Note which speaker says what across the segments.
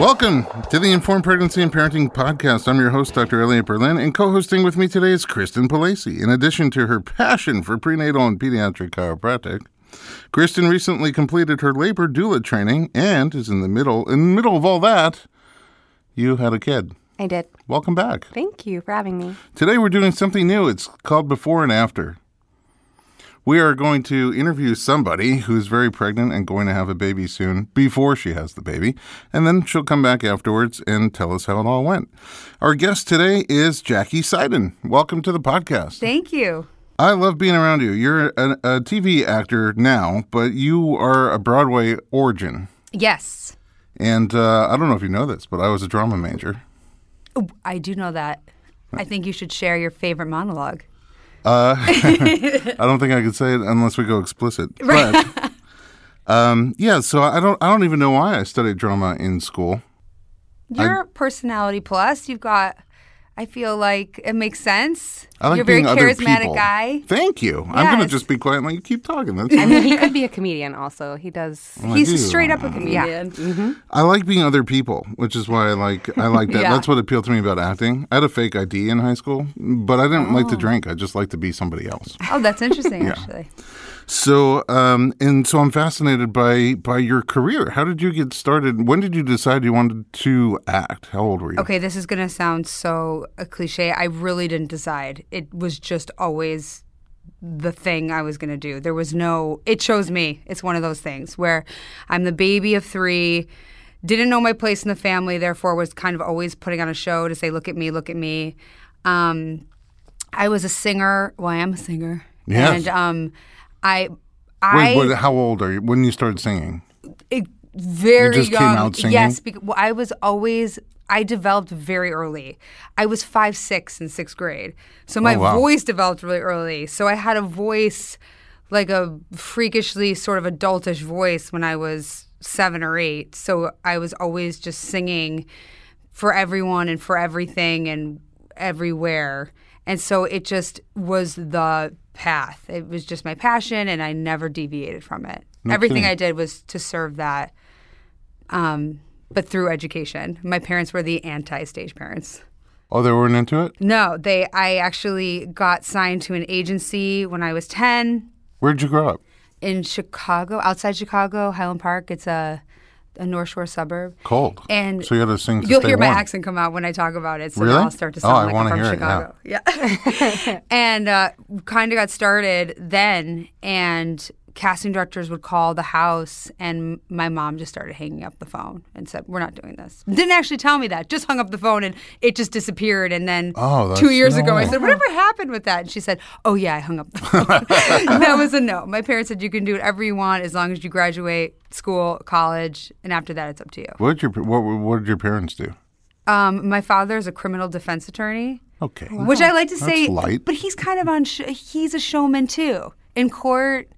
Speaker 1: Welcome to the Informed Pregnancy and Parenting Podcast. I'm your host, Dr. Elliot Berlin, and co hosting with me today is Kristen Palacy. In addition to her passion for prenatal and pediatric chiropractic, Kristen recently completed her labor doula training and is in the middle, in the middle of all that, you had a kid.
Speaker 2: I did.
Speaker 1: Welcome back.
Speaker 2: Thank you for having me.
Speaker 1: Today we're doing something new. It's called Before and After. We are going to interview somebody who's very pregnant and going to have a baby soon before she has the baby, and then she'll come back afterwards and tell us how it all went. Our guest today is Jackie Seiden. Welcome to the podcast.
Speaker 3: Thank you.
Speaker 1: I love being around you. You're a, a TV actor now, but you are a Broadway origin.
Speaker 3: Yes,
Speaker 1: And uh, I don't know if you know this, but I was a drama major.
Speaker 3: Ooh, I do know that. I think you should share your favorite monologue.
Speaker 1: I don't think I could say it unless we go explicit. But um, yeah, so I don't I don't even know why I studied drama in school.
Speaker 3: Your personality plus, you've got. I feel like it makes sense.
Speaker 1: I like
Speaker 3: You're a very
Speaker 1: being other
Speaker 3: charismatic
Speaker 1: people.
Speaker 3: guy.
Speaker 1: Thank you. I'm gonna
Speaker 3: Yes.
Speaker 1: just be quiet and let you keep talking. That's
Speaker 2: I mean, he could be a comedian also. He does.
Speaker 1: Oh, I do.
Speaker 3: He's straight up a comedian.
Speaker 1: I like being other people, which is why I like I like that.
Speaker 3: Yeah.
Speaker 1: That's what appealed to me about acting. I had a fake ID in high school, but I didn't like to drink. I just liked to be somebody else.
Speaker 3: Oh, that's interesting. Actually,
Speaker 1: So um, and so I'm fascinated by by your career. How did you get started? When did you decide you wanted to act? How old were you?
Speaker 3: okay, this is gonna sound so uh, cliche. I really didn't decide. It was just always the thing I was gonna do. There was no. It chose me. It's one of those things where I'm the baby of three. Didn't know my place in the family, therefore was kind of always putting on a show to say, "Look at me, look at me." Um, I was a singer. Well, I am a singer.
Speaker 1: Yes.
Speaker 3: And um, I, I
Speaker 1: Wait, what, how old are you when you started singing?
Speaker 3: it, very
Speaker 1: just came
Speaker 3: young.
Speaker 1: out singing?
Speaker 3: Yes, because well, I was always I developed very early. I was five six in sixth grade, so my
Speaker 1: Oh, wow.
Speaker 3: voice developed really early. So I had a voice like a freakishly sort of adultish voice when I was seven or eight. So I was always just singing for everyone and for everything and everywhere. And so it just was the path. It was just my passion, and I never deviated from it. Everything
Speaker 1: kidding.
Speaker 3: I did was to serve that, um, but through education. My parents were the anti-stage parents.
Speaker 1: Oh, they weren't into it.
Speaker 3: No, they. I actually got signed to an agency when I was ten
Speaker 1: Where'd you grow up?
Speaker 3: in Chicago, outside Chicago, Highland Park. It's a, a North Shore suburb.
Speaker 1: Cold.
Speaker 3: And
Speaker 1: so you had to sing. To
Speaker 3: You'll
Speaker 1: stay
Speaker 3: hear my
Speaker 1: warm.
Speaker 3: accent come out when I talk about it. So
Speaker 1: Really?
Speaker 3: then I'll start to
Speaker 1: Oh, I
Speaker 3: sound like I'm
Speaker 1: wanna
Speaker 3: from
Speaker 1: hear it
Speaker 3: Chicago. yeah. and uh, kind of got started then, and casting directors would call the house, and my mom just started hanging up the phone and said, "We're not doing this." Didn't actually tell me that. Just hung up the phone, and it just disappeared. And then
Speaker 1: Oh, that's-
Speaker 3: two years
Speaker 1: no
Speaker 3: ago, I
Speaker 1: way.
Speaker 3: said, "Whatever happened with that?" And she said, "Oh yeah, I hung up the phone." that was a no. My parents said, "You can do whatever you want as long as you graduate school, college, and after that, it's up to you."
Speaker 1: What did your pa- what, what did your parents do?
Speaker 3: Um, my father is a criminal defense attorney,
Speaker 1: Okay.
Speaker 3: which I like to say,
Speaker 1: light.
Speaker 3: but he's kind of on. Sh- he's a showman too. In court,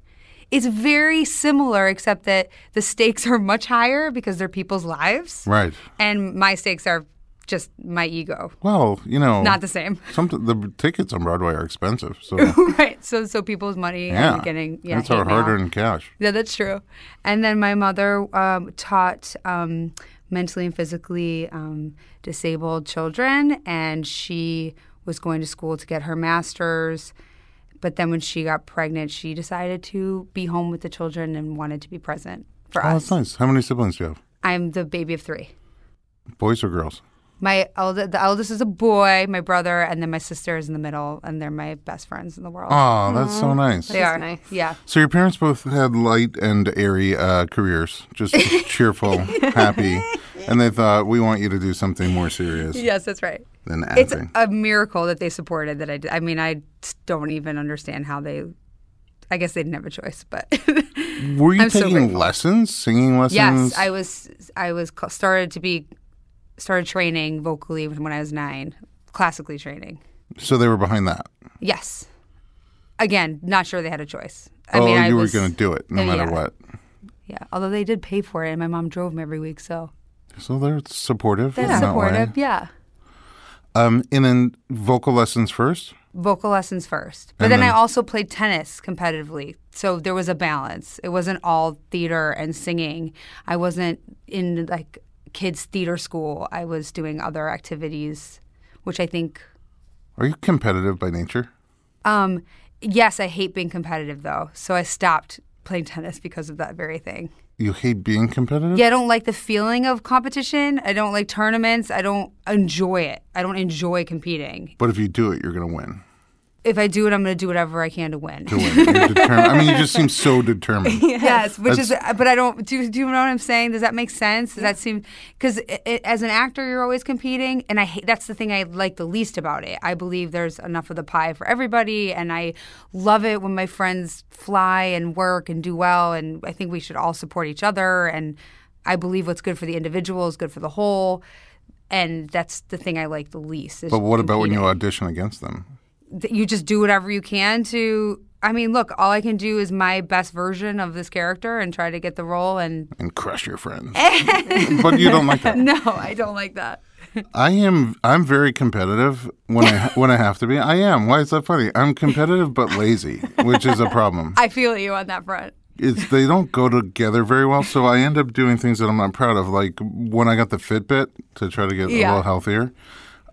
Speaker 3: it's very similar, except that the stakes are much higher because they're people's lives,
Speaker 1: Right.
Speaker 3: and my stakes are just my ego.
Speaker 1: Well, you know,
Speaker 3: Not the same,
Speaker 1: some the tickets on Broadway are expensive, so
Speaker 3: right? So, so people's money
Speaker 1: yeah,
Speaker 3: and getting yeah,
Speaker 1: that's our
Speaker 3: hate mail.
Speaker 1: hard-earned cash.
Speaker 3: Yeah, that's true. And then my mother um, taught um, mentally and physically um, disabled children, and she was going to school to get her master's. But then when she got pregnant, she decided to be home with the children and wanted to be present for
Speaker 1: Oh,
Speaker 3: us.
Speaker 1: that's nice. How many siblings do you have?
Speaker 3: I'm the baby of three.
Speaker 1: Boys or girls?
Speaker 3: My elder, the eldest is a boy, my brother, and then my sister is in the middle, and they're my best friends in the world.
Speaker 1: Oh, that's so nice.
Speaker 3: they are
Speaker 2: nice.
Speaker 3: yeah.
Speaker 1: So your parents both had light and airy uh, careers, just cheerful, happy, and they thought we want you to do something more serious
Speaker 3: Yes, that's right.
Speaker 1: than
Speaker 3: it's
Speaker 1: acting.
Speaker 3: a miracle that they supported that I did. I mean, I don't even understand how they. I guess they didn't have a choice, but
Speaker 1: Were you
Speaker 3: I'm so
Speaker 1: taking
Speaker 3: grateful.
Speaker 1: lessons, singing lessons?
Speaker 3: yes, I was. I was cl- started to be started training vocally when I was nine, classically training.
Speaker 1: so they were behind that.
Speaker 3: Yes, again, not sure they had a choice. I
Speaker 1: oh,
Speaker 3: mean, I
Speaker 1: you
Speaker 3: was,
Speaker 1: were going to do it no
Speaker 3: Uh,
Speaker 1: matter
Speaker 3: yeah.
Speaker 1: what.
Speaker 3: Yeah, although they did pay for it, and my mom drove them every week, so
Speaker 1: So they're supportive.
Speaker 3: they're
Speaker 1: in that way.
Speaker 3: supportive. Yeah,
Speaker 1: Um, and then vocal lessons first.
Speaker 3: vocal lessons first, but
Speaker 1: And
Speaker 3: then, I
Speaker 1: then-
Speaker 3: also played tennis competitively, so there was a balance. It wasn't all theater and singing. I wasn't in like kids' theater school, I was doing other activities, which I think
Speaker 1: Are you competitive by nature?
Speaker 3: Um, yes, I hate being competitive though, so I stopped playing tennis because of that very thing.
Speaker 1: You hate being competitive?
Speaker 3: Yeah, I don't like the feeling of competition. I don't like tournaments. I don't enjoy it. I don't enjoy competing.
Speaker 1: But if you do it, you're going to win.
Speaker 3: If I do it, I'm going to do whatever I can to win.
Speaker 1: To win. You're determined. I mean, you just seem so determined.
Speaker 3: Yes, which is, uh, but I don't. Do, do you know what I'm saying? Does that make sense? Does that seem? Because as an actor, you're always competing, and I hate. That's the thing I like the least about it. I believe there's enough of the pie for everybody, and I love it when my friends fly and work and do well. And I think we should all support each other. And I believe what's good for the individual is good for the whole. And that's the thing I like the least. is
Speaker 1: But what about when
Speaker 3: competing
Speaker 1: you audition against them?
Speaker 3: that you just do whatever you can to I mean, look, all I can do is my best version of this character and try to get the role and
Speaker 1: and crush your friends. but you don't like that.
Speaker 3: No, I don't like that.
Speaker 1: I am. I'm very competitive when I when I have to be. I am. Why is that funny? I'm competitive but lazy, which is a problem.
Speaker 3: I feel you on that front.
Speaker 1: It's they don't go together very well. So I end up doing things that I'm not proud of. Like when I got the Fitbit to try to get a
Speaker 3: Yeah.
Speaker 1: little healthier.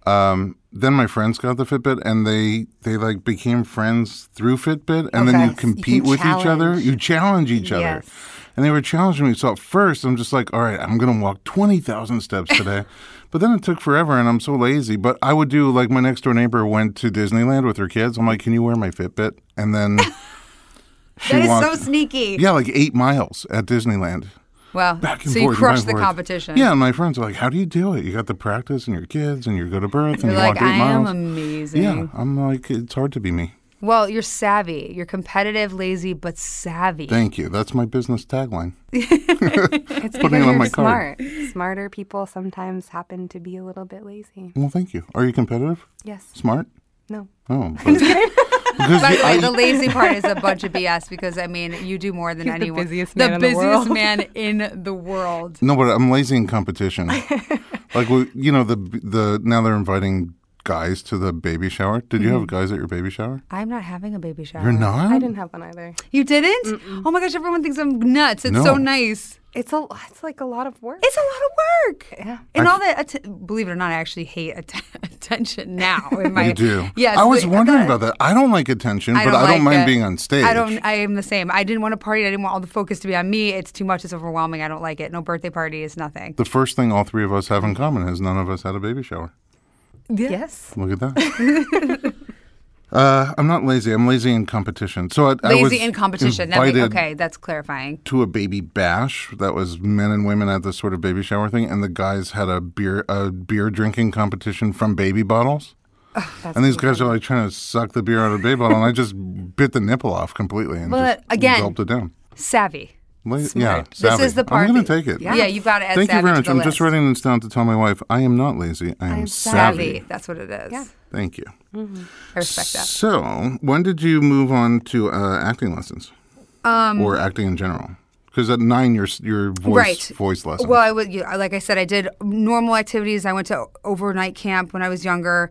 Speaker 1: Um, then my friends got the Fitbit, and they they like became friends through Fitbit, and
Speaker 2: Okay.
Speaker 1: then
Speaker 2: You
Speaker 1: you
Speaker 2: can
Speaker 1: compete with each other.
Speaker 2: challenge.
Speaker 1: You challenge each other.
Speaker 2: Yes.
Speaker 1: And they were challenging me. So at first, I'm just like, all right, I'm going to walk 20,000 steps today. but then it took forever and I'm so lazy. But I would do like my next door neighbor went to Disneyland with her kids. I'm like, can you wear my Fitbit? And then she
Speaker 3: That is
Speaker 1: walked,
Speaker 3: so sneaky.
Speaker 1: yeah, like eight miles at Disneyland.
Speaker 3: Well,
Speaker 1: Back and
Speaker 3: so
Speaker 1: forth
Speaker 3: you
Speaker 1: and
Speaker 3: crush
Speaker 1: back
Speaker 3: the
Speaker 1: and forth.
Speaker 3: competition.
Speaker 1: Yeah, and my friends are like, how do you do it? You got the practice and your kids and you go to birth and
Speaker 3: You're
Speaker 1: you
Speaker 3: like,
Speaker 1: walk eight
Speaker 3: I am
Speaker 1: miles.
Speaker 3: amazing.
Speaker 1: yeah, I'm like, it's hard to be me.
Speaker 3: Well, you're savvy. You're competitive, lazy, but savvy.
Speaker 1: Thank you. That's my business tagline.
Speaker 2: It's
Speaker 1: Putting it on
Speaker 2: because you're
Speaker 1: my card.
Speaker 2: smart. Smarter people sometimes happen to be a little bit lazy.
Speaker 1: Well, thank you. Are you competitive?
Speaker 2: Yes.
Speaker 1: Smart?
Speaker 2: No.
Speaker 1: Oh, but- because
Speaker 3: By
Speaker 1: you-
Speaker 3: the way,
Speaker 1: I-
Speaker 3: the lazy part is a bunch of BS because I mean, you do more than
Speaker 2: He's the
Speaker 3: anyone.
Speaker 2: busiest man in the
Speaker 3: busiest
Speaker 2: world.
Speaker 3: man in the world.
Speaker 1: No, but I'm lazy in competition. like we, you know, the the now they're inviting guys to the baby shower. Did you have guys at your baby shower?
Speaker 3: I'm not having a baby shower.
Speaker 1: You're not.
Speaker 2: I didn't have one either.
Speaker 3: You didn't? Oh my gosh, everyone thinks I'm nuts. It's
Speaker 1: No.
Speaker 3: so nice.
Speaker 2: It's a it's like a lot of work.
Speaker 3: It's a lot of work.
Speaker 2: Yeah.
Speaker 3: And all that, att- believe it or not, I actually hate att- attention now. In my,
Speaker 1: You do.
Speaker 3: Yes.
Speaker 1: I was
Speaker 3: like,
Speaker 1: wondering
Speaker 3: uh,
Speaker 1: about that. I don't like attention, but I
Speaker 3: like
Speaker 1: don't mind
Speaker 3: it.
Speaker 1: being on stage.
Speaker 3: I don't. I am the same. I didn't want to party. I didn't want all the focus to be on me. It's too much. It's overwhelming. I don't like it. No birthday party is nothing.
Speaker 1: The first thing all three of us have in common is none of us had a baby shower.
Speaker 2: Yes.
Speaker 1: Look at that. uh, I'm not lazy. I'm lazy in competition. So I, I was
Speaker 3: Lazy in competition. That ma-
Speaker 1: invited
Speaker 3: okay, that's clarifying.
Speaker 1: to a baby bash that was men and women at this sort of baby shower thing, and the guys had a beer a beer drinking competition from baby bottles.
Speaker 2: That's
Speaker 1: And these guys are like trying to suck the beer out of the baby bottle, and I just bit the nipple off completely and
Speaker 3: But
Speaker 1: just
Speaker 3: again-
Speaker 1: gulped it down.
Speaker 3: Savvy.
Speaker 1: La- Yeah,
Speaker 3: Smart. This
Speaker 1: savvy.
Speaker 3: is the part
Speaker 1: I'm going to
Speaker 3: that-
Speaker 1: take it.
Speaker 3: Yeah, you've got to add
Speaker 1: Thank
Speaker 3: savvy
Speaker 1: you very
Speaker 3: to
Speaker 1: much.
Speaker 3: the
Speaker 1: I'm just
Speaker 3: list.
Speaker 1: writing this down to tell my wife I am not lazy. I am
Speaker 2: I'm
Speaker 1: savvy.
Speaker 2: savvy.
Speaker 3: That's what it is.
Speaker 2: Yeah.
Speaker 1: Thank you.
Speaker 3: I respect that.
Speaker 1: So, when did you move on to uh, acting lessons
Speaker 3: Um,
Speaker 1: or acting in general? Because at nine, your s- your voice
Speaker 3: Right.
Speaker 1: voice lesson.
Speaker 3: Well, I would, you know, like I said, I did normal activities. I went to overnight camp when I was younger,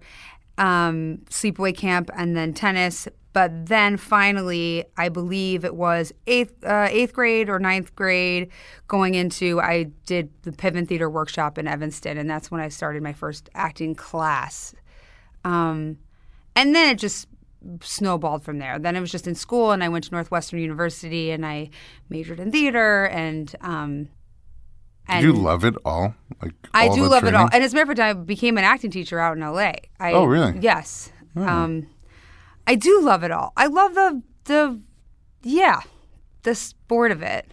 Speaker 3: um, sleepaway camp, and then tennis. But then finally, I believe it was eighth uh, eighth grade or ninth grade, going into I did the Piven Theater workshop in Evanston, and that's when I started my first acting class. Um, and then it just snowballed from there. Then I was just in school, and I went to Northwestern University, and I majored in theater, and um,
Speaker 1: did you love it all? Like
Speaker 3: I
Speaker 1: all
Speaker 3: do
Speaker 1: the
Speaker 3: love it all.
Speaker 1: training?
Speaker 3: And as a matter of fact, I became an acting teacher out in LA. I,
Speaker 1: Oh, really? Hmm.
Speaker 3: Yes. Um, I do love it all. I love the the yeah the sport of it.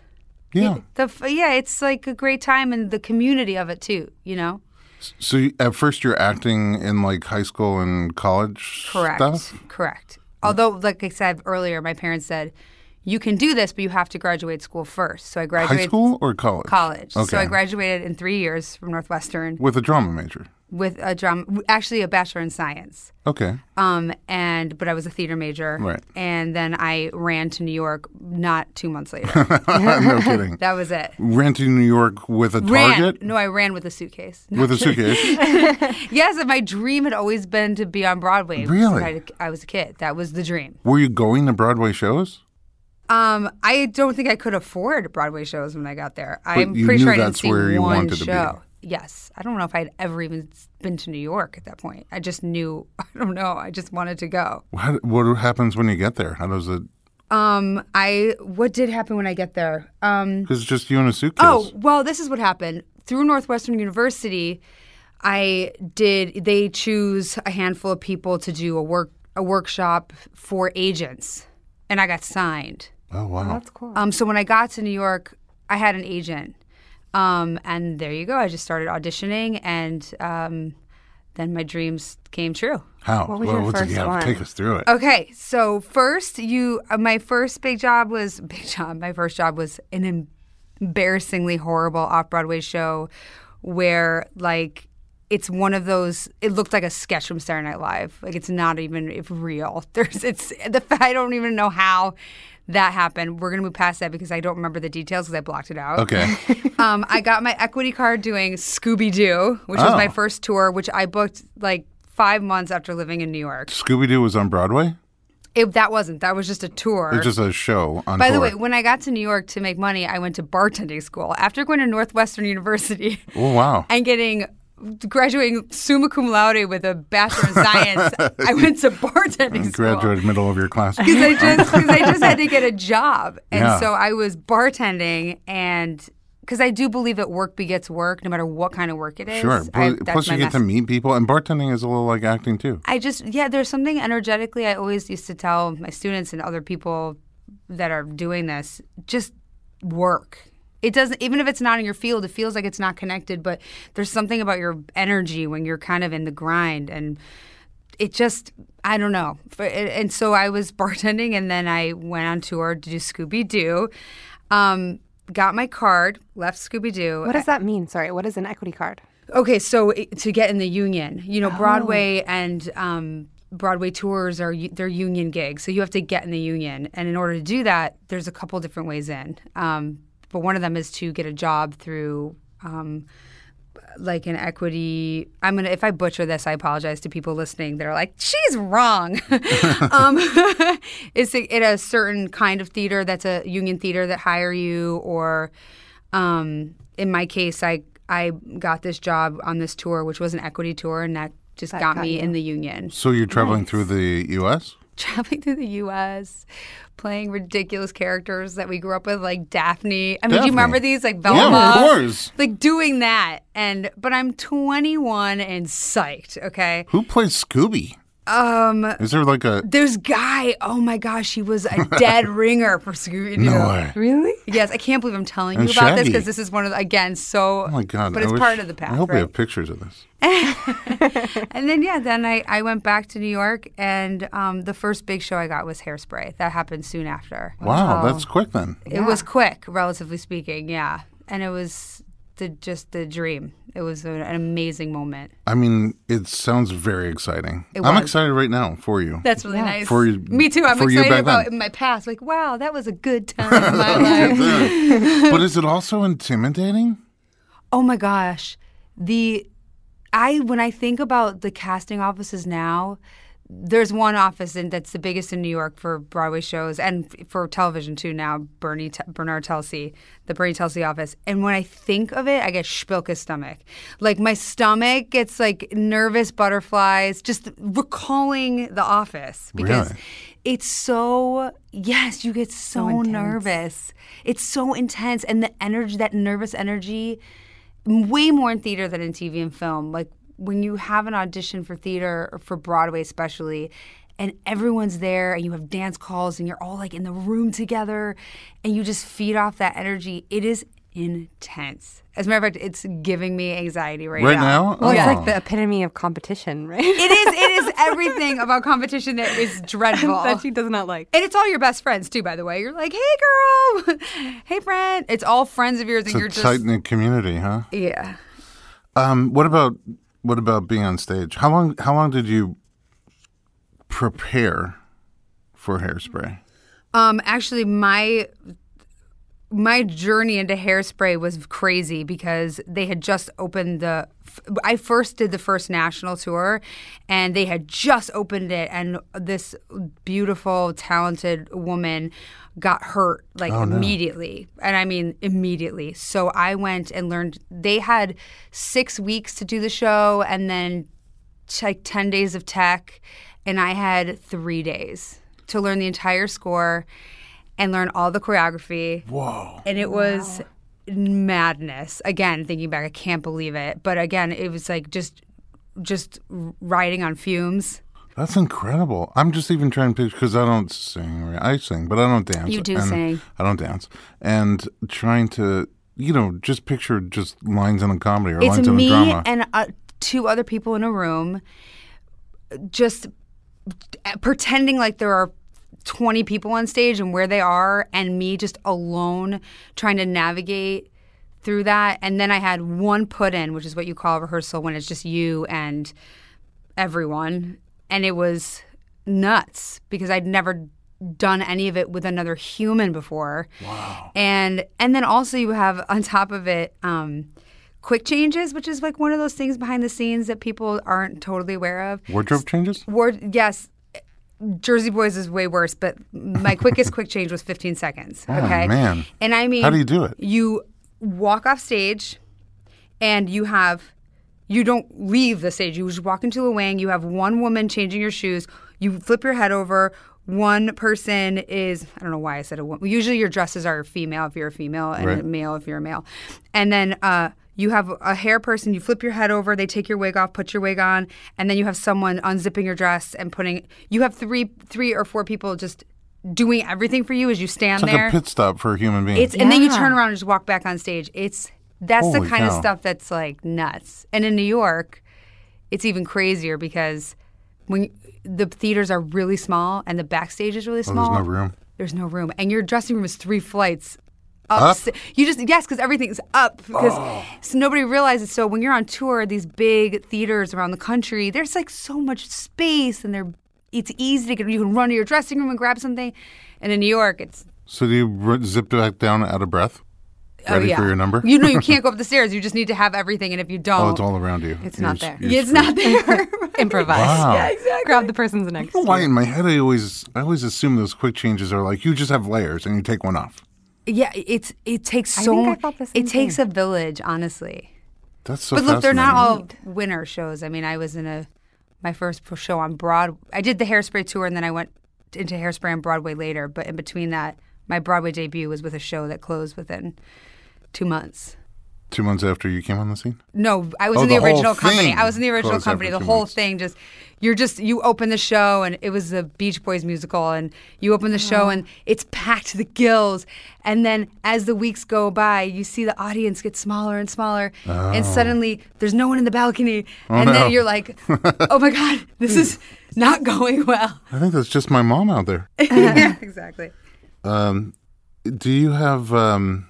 Speaker 1: Yeah.
Speaker 3: The f- yeah, it's like a great time and the community of it too. You know.
Speaker 1: So you, at first, you're acting in like high school and college
Speaker 3: Correct.
Speaker 1: stuff.
Speaker 3: Correct. Although, like I said earlier, my parents said you can do this, but you have to graduate school first. So I
Speaker 1: High
Speaker 3: graduated
Speaker 1: school or college?
Speaker 3: college.
Speaker 1: Okay.
Speaker 3: So I graduated in three years from Northwestern
Speaker 1: With a drama major.
Speaker 3: with a drama, actually a bachelor in science.
Speaker 1: Okay.
Speaker 3: Um, and but I was a theater major,
Speaker 1: Right.
Speaker 3: And then I ran to New York not two months later.
Speaker 1: no kidding.
Speaker 3: that was it.
Speaker 1: Renting New York with a
Speaker 3: Ran.
Speaker 1: Target?
Speaker 3: No, I ran with a suitcase.
Speaker 1: With a suitcase?
Speaker 3: yes, and my dream had always been to be on Broadway.
Speaker 1: Really?
Speaker 3: When I, I was a kid. That was the dream.
Speaker 1: Were you going to Broadway shows?
Speaker 3: Um, I don't think I could afford Broadway shows when I got there. I'm
Speaker 1: you
Speaker 3: pretty
Speaker 1: knew
Speaker 3: sure I didn't
Speaker 1: that's
Speaker 3: see
Speaker 1: where you
Speaker 3: one
Speaker 1: wanted to be.
Speaker 3: show. yes. I don't know if I'd ever even been to New York at that point. I just knew, I don't know, I just wanted to go.
Speaker 1: How, what happens when you get there? How does it?
Speaker 3: Um, I what did happen when I get there? Um,
Speaker 1: Because it's just you in a suitcase.
Speaker 3: oh, well, this is what happened. Through Northwestern University, I did they choose a handful of people to do a work a workshop for agents and I got signed.
Speaker 1: Oh wow.
Speaker 2: That's cool.
Speaker 3: Um, so when I got to New York, I had an agent. Um, and there you go. I just started auditioning, and um, then my dreams came true.
Speaker 1: How?
Speaker 2: What was your
Speaker 1: what's it-
Speaker 2: first
Speaker 1: yeah,
Speaker 2: one?
Speaker 1: Take us through it.
Speaker 3: Okay, so first, you, uh, my first big job was big job. My first job was an em- embarrassingly horrible off Broadway show, where like it's one of those. It looked like a sketch from Saturday Night Live. Like it's not even if real. There's it's the fa- I don't even know how that happened. We're gonna move past that because I don't remember the details because I blocked it out
Speaker 1: Okay.
Speaker 3: um, I got my equity card doing Scooby Doo, which was
Speaker 1: Oh.
Speaker 3: my first tour, which I booked like five months after living in New York.
Speaker 1: Scooby Doo was on Broadway.
Speaker 3: It, that wasn't. That was just a tour.
Speaker 1: It's just a show on.
Speaker 3: By
Speaker 1: tour.
Speaker 3: the way, when I got to New York to make money, I went to bartending school. After going to Northwestern University
Speaker 1: Oh wow.
Speaker 3: and getting graduating summa cum laude with a bachelor in science, I went to bartending school.
Speaker 1: Graduated middle of your class.
Speaker 3: because I just because I just had to get a job, and
Speaker 1: Yeah.
Speaker 3: so I was bartending, and because I do believe that work begets work, no matter what kind of work it is.
Speaker 1: Sure.
Speaker 3: I,
Speaker 1: Pl-
Speaker 3: that's
Speaker 1: Plus,
Speaker 3: my
Speaker 1: you get to
Speaker 3: message.
Speaker 1: meet people, and bartending is a little like acting too.
Speaker 3: I just yeah, there's something energetically I always used to tell my students and other people that are doing this, just work. It doesn't even if it's not in your field, it feels like it's not connected, but there's something about your energy when you're kind of in the grind and it just I don't know. F- And so I was bartending and then I went on tour to do Scooby Doo. Um Got my card, left Scooby Doo.
Speaker 2: What does that mean? Sorry, what is an equity card?
Speaker 3: Okay, so it, to get in the union, you know, Broadway and um, Broadway tours are u- they're union gigs, so you have to get in the union. And in order to do that, there's a couple different ways in. Um, but one of them is to get a job through. Um, like an equity i'm gonna if i butcher this i apologize to people listening that are like she's wrong um, it's a, at a certain kind of theater that's a union theater that hire you or um, in my case i i got this job on this tour which was an equity tour and that just got,
Speaker 2: got
Speaker 3: me
Speaker 2: you.
Speaker 3: in the union
Speaker 1: So you're traveling through the U.S.
Speaker 3: traveling through the us playing ridiculous characters that we grew up with like daphne i mean do
Speaker 1: Daphne.
Speaker 3: you remember these like velma
Speaker 1: Yeah, of course.
Speaker 3: like doing that and but i'm 21 and psyched okay
Speaker 1: Who plays Scooby? Um. Is there like a
Speaker 3: there's guy oh my gosh he was a dead ringer for scooby-doo
Speaker 1: no way?
Speaker 2: Really?
Speaker 3: yes i can't believe i'm telling
Speaker 1: And
Speaker 3: you about this
Speaker 1: Shaggy.
Speaker 3: because this is one of the, again so
Speaker 1: Oh my god!
Speaker 3: but
Speaker 1: I
Speaker 3: it's
Speaker 1: wish-
Speaker 3: part of the path
Speaker 1: I hope we
Speaker 3: right?
Speaker 1: have pictures of this.
Speaker 3: and then yeah then I, I went back to new york and um, the first big show i got was hairspray that happened soon after
Speaker 1: Wow, that's quick then.
Speaker 3: It was quick, relatively speaking, yeah. And it was the, just the dream. It was an, an amazing moment.
Speaker 1: I mean, it sounds very exciting.
Speaker 3: It
Speaker 1: I'm
Speaker 3: was.
Speaker 1: excited right now for you.
Speaker 3: That's really nice.
Speaker 1: For you-
Speaker 3: Me too. I'm
Speaker 1: for you
Speaker 3: excited
Speaker 1: back
Speaker 3: about
Speaker 1: then.
Speaker 3: my past. Like, wow, that was a good time in my life.
Speaker 1: but is it also intimidating?
Speaker 3: Oh my gosh. The I when I think about the casting offices now, there's one office in, that's the biggest in New York for Broadway shows and f- for television too now, Bernie T- Bernard Telsey, the Bernie Telsey office. And when I think of it, I get spilka stomach. Like my stomach gets like nervous butterflies just recalling the office because
Speaker 1: Really?
Speaker 3: it's so yes, you get so, nervous. It's so intense, and the energy, that nervous energy, m- way more in theater than in TV and film. Like when you have an audition for theater or for Broadway, especially. And everyone's there, and you have dance calls, and you're all like in the room together, and you just feed off that energy. It is intense. As a matter of fact, it's giving me anxiety right,
Speaker 1: Right now?
Speaker 2: Well,
Speaker 1: Yeah.
Speaker 2: it's like the epitome of competition, right?
Speaker 3: It is. It is everything about competition that is dreadful.
Speaker 2: that she does not like.
Speaker 3: And it's all your best friends too, by the way. You're like, hey girl, hey friend. It's all friends of yours, and you're
Speaker 1: It's a
Speaker 3: just
Speaker 1: tight knit community, huh?
Speaker 3: yeah.
Speaker 1: Um, what about what about being on stage? How long how long did you prepare for hairspray?
Speaker 3: Um, actually, my my journey into hairspray was crazy because they had just opened the. f- I first did the first national tour, and they had just opened it, and this beautiful, talented woman got hurt like immediately, and I mean immediately. So I went and learned. They had six weeks to do the show, and then t- like 10 days of tech and i had three days to learn the entire score and learn all the choreography
Speaker 1: Whoa.
Speaker 3: and it was madness again thinking back i can't believe it but again it was like just just riding on fumes
Speaker 1: That's incredible. I'm just even trying to picture because I don't sing. Right? I sing, but I don't dance.
Speaker 3: You do
Speaker 1: and
Speaker 3: sing.
Speaker 1: I don't dance. And trying to, you know, just picture just lines in a comedy or lines
Speaker 3: it's
Speaker 1: in a
Speaker 3: me
Speaker 1: drama.
Speaker 3: and uh, two other people in a room just pretending like there are 20 people on stage and where they are and me just alone trying to navigate through that and then i had one put in which is what you call a rehearsal when it's just you and everyone and it was nuts because i'd never done any of it with another human before wow and and then also you have on top of it um quick changes which is like one of those things behind the scenes that people aren't totally aware of
Speaker 1: Wardrobe changes.
Speaker 3: Ward, yes. Jersey Boys is way worse, but my quickest quick change was 15 seconds. Okay,
Speaker 1: Oh, man.
Speaker 3: And I mean,
Speaker 1: How do you do it?
Speaker 3: You walk off stage, and you have you don't leave the stage. You just walk into a wing. You have one woman changing your shoes. You flip your head over. One person is I don't know why I said a woman. Usually your dresses are female if you're a female, and
Speaker 1: Right.
Speaker 3: male if you're a male, and then. uh you have a hair person, you flip your head over, they take your wig off, put your wig on, and then you have someone unzipping your dress and putting you have three three or four people just doing everything for you as you stand
Speaker 1: It's like
Speaker 3: there.
Speaker 1: a pit stop for a human being.
Speaker 3: It's and then you
Speaker 2: Yeah.
Speaker 3: turn around and just walk back on stage. It's that's
Speaker 1: Holy
Speaker 3: the kind
Speaker 1: cow.
Speaker 3: of stuff that's like nuts. And in New York, it's even crazier because when the theaters are really small and the backstage is really
Speaker 1: Oh, There's
Speaker 3: small.
Speaker 1: no room.
Speaker 3: There's no room, and your dressing room is three flights up. You just yes, because everything's up because
Speaker 1: Oh.
Speaker 3: so nobody realizes. So when you're on tour, these big theaters around the country, there's like so much space, and they're it's easy to get. You can run to your dressing room and grab something, and in New York, it's
Speaker 1: So do you r- zip back down out of breath, ready for your number?
Speaker 3: Oh, You know you can't go up the stairs. You just need to have everything, and if you don't,
Speaker 1: oh, it's all around you.
Speaker 2: It's
Speaker 1: You're
Speaker 2: not
Speaker 1: s-
Speaker 2: there.
Speaker 1: you're
Speaker 3: it's not there.
Speaker 2: Improvise.
Speaker 1: Wow.
Speaker 2: Yeah, exactly. Grab the person's next. to
Speaker 1: know why
Speaker 2: you.
Speaker 1: in my head I always I always assume those quick changes are like you just have layers and you take one off.
Speaker 3: yeah, it's it takes
Speaker 2: I
Speaker 3: so.
Speaker 2: think I felt the same
Speaker 3: it takes a village, honestly.
Speaker 1: That's so.
Speaker 3: but look, they're not
Speaker 1: fascinating.
Speaker 3: all winter shows. I mean, I was in a my first pro- show on Broadway. I did the Hairspray tour, and then I went into Hairspray on Broadway later. But in between that, my Broadway debut was with a show that closed within two months.
Speaker 1: two months after you came on the scene.
Speaker 3: No, I was
Speaker 1: Oh,
Speaker 3: in the,
Speaker 1: the whole
Speaker 3: original company.
Speaker 1: thing
Speaker 3: I was in the original
Speaker 1: closed after
Speaker 3: company. The
Speaker 1: two
Speaker 3: whole
Speaker 1: months.
Speaker 3: thing just you're just you open the show and it was the Beach Boys musical and you open the show and it's packed to the gills and then as the weeks go by you see the audience get smaller and smaller and suddenly there's no one in the balcony and
Speaker 1: Oh. no.
Speaker 3: then you're like oh my god this is not going well.
Speaker 1: I think that's just my mom out there.
Speaker 3: yeah, exactly.
Speaker 1: Do you have? um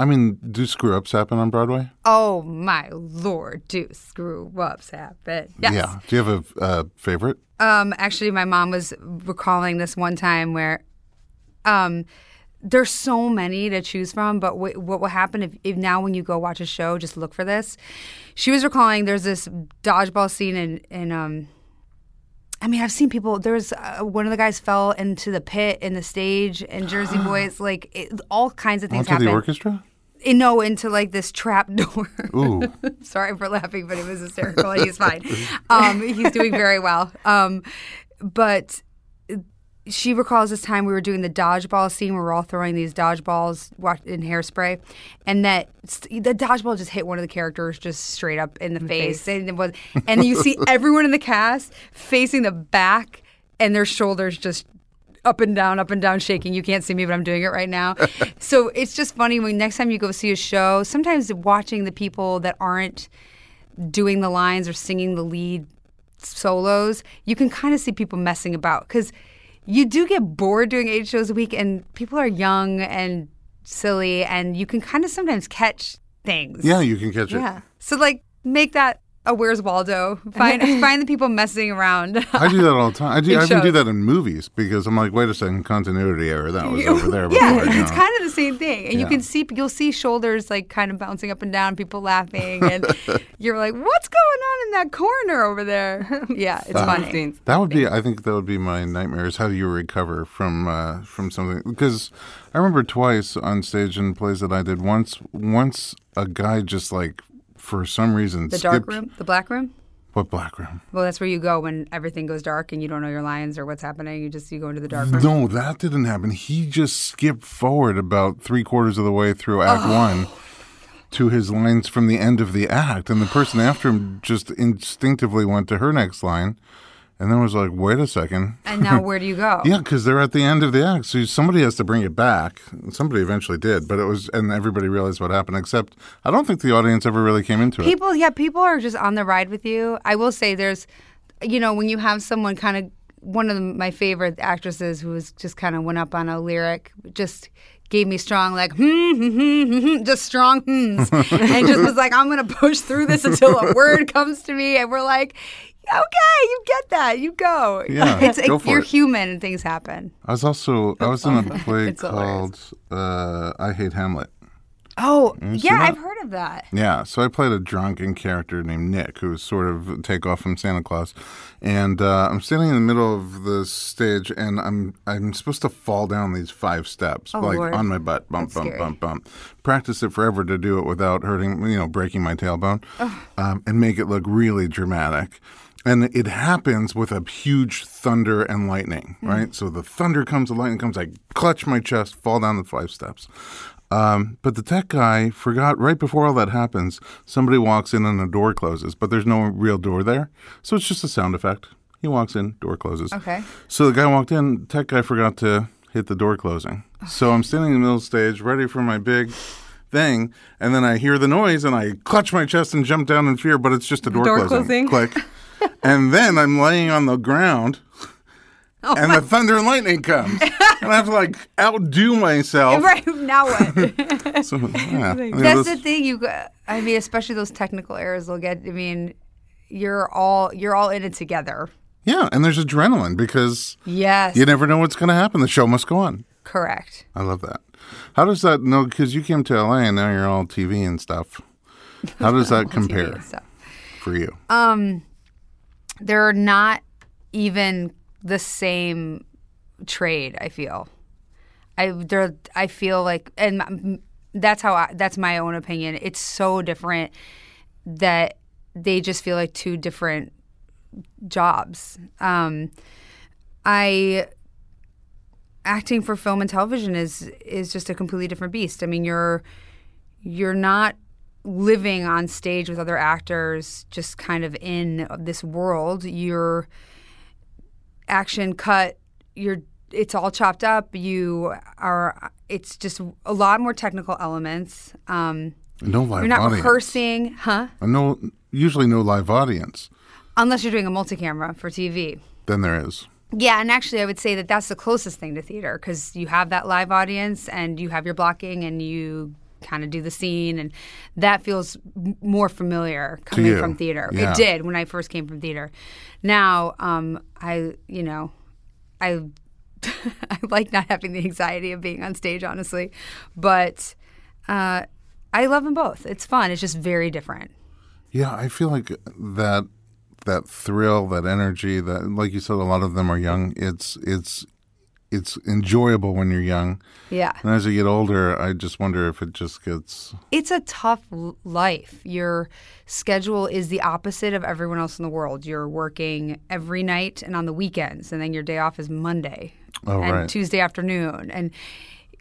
Speaker 1: I mean, do screw ups happen on Broadway?
Speaker 3: Oh my lord, do screw ups happen. Yes.
Speaker 1: Yeah. Do you have a uh, favorite?
Speaker 3: Um, actually, my mom was recalling this one time where um, there's so many to choose from, but wh- what will happen if, if now when you go watch a show, just look for this? She was recalling there's this dodgeball scene in, in um, I mean, I've seen people. There's uh, one of the guys fell into the pit in the stage in Jersey Boys. Like it, all kinds of things
Speaker 1: Onto the
Speaker 3: happen.
Speaker 1: orchestra?
Speaker 3: Eh, no, into like this trap door.
Speaker 1: Ooh.
Speaker 3: Sorry for laughing, but it was hysterical. and He's fine. Um, he's doing very well. Um, but she recalls this time we were doing the dodgeball scene. We were all throwing these dodgeballs wa- in hairspray, and that s- the dodgeball just hit one of the characters just straight up in the, face. And, it was, and you see everyone in the cast facing the back, and their shoulders just up and down, up and down, shaking. You can't see me, but I'm doing it right now. so it's just funny when next time you go see a show, sometimes watching the people that aren't doing the lines or singing the lead solos, you can kind of see people messing about because you do get bored doing eight shows a week, and people are young and silly, and you can kind of sometimes catch things.
Speaker 1: Yeah, you can catch it.
Speaker 2: Yeah.
Speaker 3: So like, make that a Where's Waldo. Find find the people messing around.
Speaker 1: I do that all the time. I do.
Speaker 3: It
Speaker 1: I even do
Speaker 3: shows.
Speaker 1: that in movies because I'm like, wait a second, continuity error. That was over there before.
Speaker 3: yeah,
Speaker 1: you know.
Speaker 3: it's kind of the same thing, and you
Speaker 1: Yeah.
Speaker 3: can see you'll see shoulders like kind of bouncing up and down, people laughing, and you're like, "What's going on in that corner over there?" Yeah, it's funny.
Speaker 2: scenes.
Speaker 1: Uh, That would be. I think that would be my nightmare. Is how do you recover from uh, from something? Because I remember twice on stage in plays that I did. Once, once a guy just like for some reason
Speaker 3: The dark room, the black room.
Speaker 1: What black room?
Speaker 3: Well, that's where you go when everything goes dark and you don't know your lines or what's happening. You just you go into the dark room.
Speaker 1: No, that didn't happen. He just skipped forward about three quarters of the way through Act One to his lines from the end of the act, and the person after him just instinctively went to her next line, and then was like, "Wait a second,
Speaker 3: And now where do you go?
Speaker 1: Yeah, because they're at the end of the act, so somebody has to bring it back. Somebody eventually did, but it was, and everybody realized what happened. Except, I don't think the audience ever really came into it.
Speaker 3: People, yeah, people are just on the ride with you. I will say there's, you know, when you have someone kind of, one of the, my favorite actresses who was just kind of went up on a lyric, just gave me strong, like, hmm, hmm, hmm, hmm, hmm, just strong hmms. and just was like, I'm going to push through this until a word comes to me. And we're like, okay, you get that. You go.
Speaker 1: Yeah,
Speaker 3: it's like
Speaker 1: go for
Speaker 3: you're
Speaker 1: it.
Speaker 3: human and things happen.
Speaker 1: I was also, I was in a play
Speaker 3: It's hilarious.
Speaker 1: called uh, "I Hate Hamlet."
Speaker 3: Oh, yeah,
Speaker 1: that?
Speaker 3: I've heard of that.
Speaker 1: Yeah, so I played a drunken character named Nick, who was sort of a takeoff from Santa Claus, and uh, I'm standing in the middle of the stage, and I'm I'm supposed to fall down these five steps, like
Speaker 3: Oh, Lord.
Speaker 1: on my butt, bump,
Speaker 3: That's
Speaker 1: bump,
Speaker 3: scary.
Speaker 1: bump, bump. Practice it forever to do it without hurting, you know, breaking my tailbone, um, and make it look really dramatic. And it happens with a huge thunder and lightning, right? So the thunder comes, the lightning comes. I clutch my chest, fall down the five steps. Um, but the tech guy forgot right before all that happens, somebody walks in and the door closes, but there's no real door there. So it's just a sound effect. He walks in, door closes.
Speaker 3: Okay.
Speaker 1: So the guy walked in, tech guy forgot to hit the door closing. So I'm standing in the middle of the stage, ready for my big thing, and then I hear the noise and I clutch my chest and jump down in fear, but it's just a door,
Speaker 2: Door closing.
Speaker 1: Click. and then I'm laying on the ground and the thunder and lightning comes. and I have to like outdo myself.
Speaker 3: Right now, what?
Speaker 1: So, yeah. You know,
Speaker 3: That's
Speaker 1: this-
Speaker 3: the thing. You, g- I mean, especially those technical errors. They'll get. I mean, you're all you're all in it together.
Speaker 1: Yeah, and there's adrenaline because
Speaker 3: Yes,
Speaker 1: you never know what's going to happen. The show must go on.
Speaker 3: correct.
Speaker 1: I love that. How does that no? Because you came to LA and now you're all TV and stuff. How does that
Speaker 3: TV
Speaker 1: compare
Speaker 3: and stuff.
Speaker 1: for you?
Speaker 3: Um, They're not even the same trade. I feel. I there. I feel like, and m- that's how. I, that's my own opinion. It's so different that they just feel like two different jobs. Um, I acting for film and television is is just a completely different beast. I mean, you're you're not living on stage with other actors, just kind of in this world. You're action cut. You're it's all chopped up. You are. It's just a lot more technical elements. Um,
Speaker 1: No live
Speaker 3: you're not
Speaker 1: audience.
Speaker 3: rehearsing, huh?
Speaker 1: No, usually no live audience.
Speaker 3: Unless you're doing a multi-camera for TV.
Speaker 1: Then there is.
Speaker 3: Yeah, and actually, I would say that that's the closest thing to theater because you have that live audience and you have your blocking and you kind of do the scene, and that feels m- more familiar coming
Speaker 1: you,
Speaker 3: from theater.
Speaker 1: yeah.
Speaker 3: It did when I first came from theater. Now, um, I you know, I I like not having the anxiety of being on stage, honestly, but uh, I love them both. It's fun. It's just very different.
Speaker 1: Yeah, I feel like that that thrill, that energy, that like you said, a lot of them are young. It's it's it's enjoyable when you're young.
Speaker 3: Yeah.
Speaker 1: And as you get older, I just wonder if it just gets
Speaker 3: it's a tough l- life. Your schedule is the opposite of everyone else in the world. You're working every night and on the weekends, and then your day off is Monday
Speaker 1: Oh,
Speaker 3: and
Speaker 1: right.
Speaker 3: Tuesday afternoon. And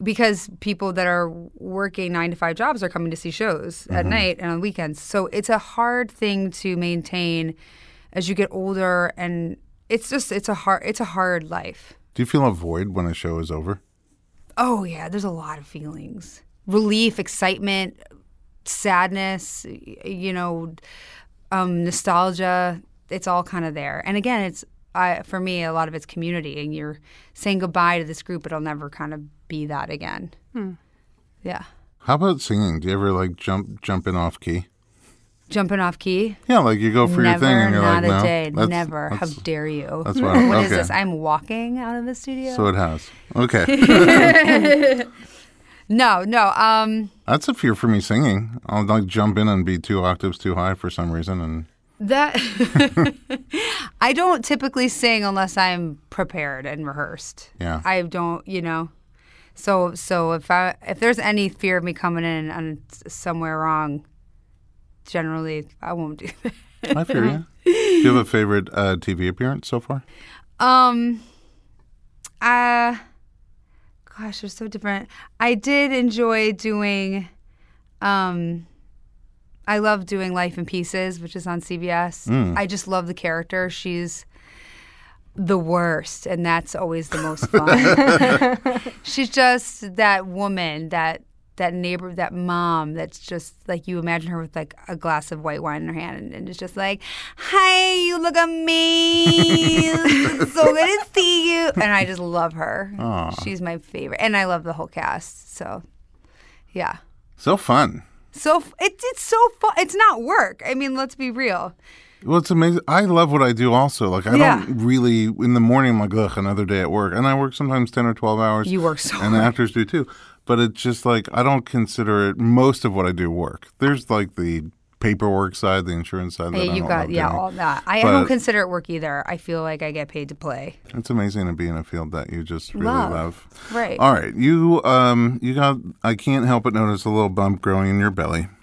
Speaker 3: because people that are working nine to five jobs are coming to see shows at
Speaker 1: Mm-hmm.
Speaker 3: night and on weekends. So it's a hard thing to maintain as you get older and it's just it's a hard it's a hard life.
Speaker 1: Do you feel a void when a show is over?
Speaker 3: Oh yeah, there's a lot of feelings: relief, excitement, sadness. y- You know, um, nostalgia. It's all kind of there. And again, it's I, for me a lot of it's community, and you're saying goodbye to this group. It'll never kind of be that again. Yeah.
Speaker 1: How about singing? Do you ever like jump jumping off key?
Speaker 3: Jumping off key.
Speaker 1: Yeah, like you go for your
Speaker 3: Never,
Speaker 1: thing and you're
Speaker 3: not
Speaker 1: like,
Speaker 3: a
Speaker 1: no,
Speaker 3: day.
Speaker 1: that's-
Speaker 3: Never.
Speaker 1: that's-
Speaker 3: How dare you?
Speaker 1: that's what I-
Speaker 3: What is
Speaker 1: okay.
Speaker 3: this? I'm walking out of the studio.
Speaker 1: So it has. Okay,
Speaker 3: no, no. Um,
Speaker 1: that's a fear for me singing. I'll like jump in and be two octaves too high for some reason, and
Speaker 3: that I don't typically sing unless I'm prepared and rehearsed.
Speaker 1: Yeah.
Speaker 3: I don't, you know. So, so if I if there's any fear of me coming in on somewhere wrong, generally I won't do that.
Speaker 1: I fear you. Do you have a favorite uh, TV appearance so far?
Speaker 3: Um, uh, gosh, they're so different. I did enjoy doing, um, I love doing Life in Pieces, which is on CBS. I just love the character. She's the worst, and that's always the most fun. She's just that woman that. That neighbor, that mom, that's just like you imagine her with like a glass of white wine in her hand, and, and it's just like, "Hi, you look amazing. It's so good to see you." And I just love her. She's my favorite, and I love the whole cast. So, yeah.
Speaker 1: So fun.
Speaker 3: So f- it's it's so fun. It's not work. I mean, let's be real.
Speaker 1: Well, it's amazing. I love what I do also. Like, I
Speaker 3: Yeah.
Speaker 1: don't really, in the morning, I'm like, ugh, another day at work. And I work sometimes 10 or 12 hours.
Speaker 3: You work so
Speaker 1: And the actors do too. But it's just like, I don't consider it most of what I do work. There's like the paperwork side, the insurance side. that I
Speaker 3: Yeah, you
Speaker 1: don't
Speaker 3: got
Speaker 1: love
Speaker 3: yeah
Speaker 1: doing.
Speaker 3: all that. I,
Speaker 1: But-
Speaker 3: I don't consider it work either. I feel like I get paid to play.
Speaker 1: It's amazing to be in a field that you just really love.
Speaker 3: Love. Right.
Speaker 1: All right. You, um, you got, I can't help but notice a little bump growing in your belly.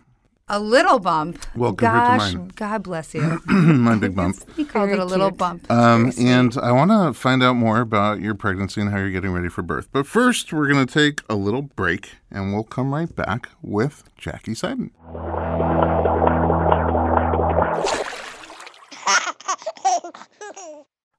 Speaker 3: A little bump.
Speaker 1: Well, compared to
Speaker 3: Gosh,
Speaker 1: mine.
Speaker 3: God bless you.
Speaker 1: My big bump.
Speaker 3: You called it
Speaker 2: Very
Speaker 3: a little
Speaker 2: cute.
Speaker 3: bump.
Speaker 1: Um, and I want to find out more about your pregnancy and how you're getting ready for birth. But first, we're going to take a little break and we'll come right back with Jackie Seiden.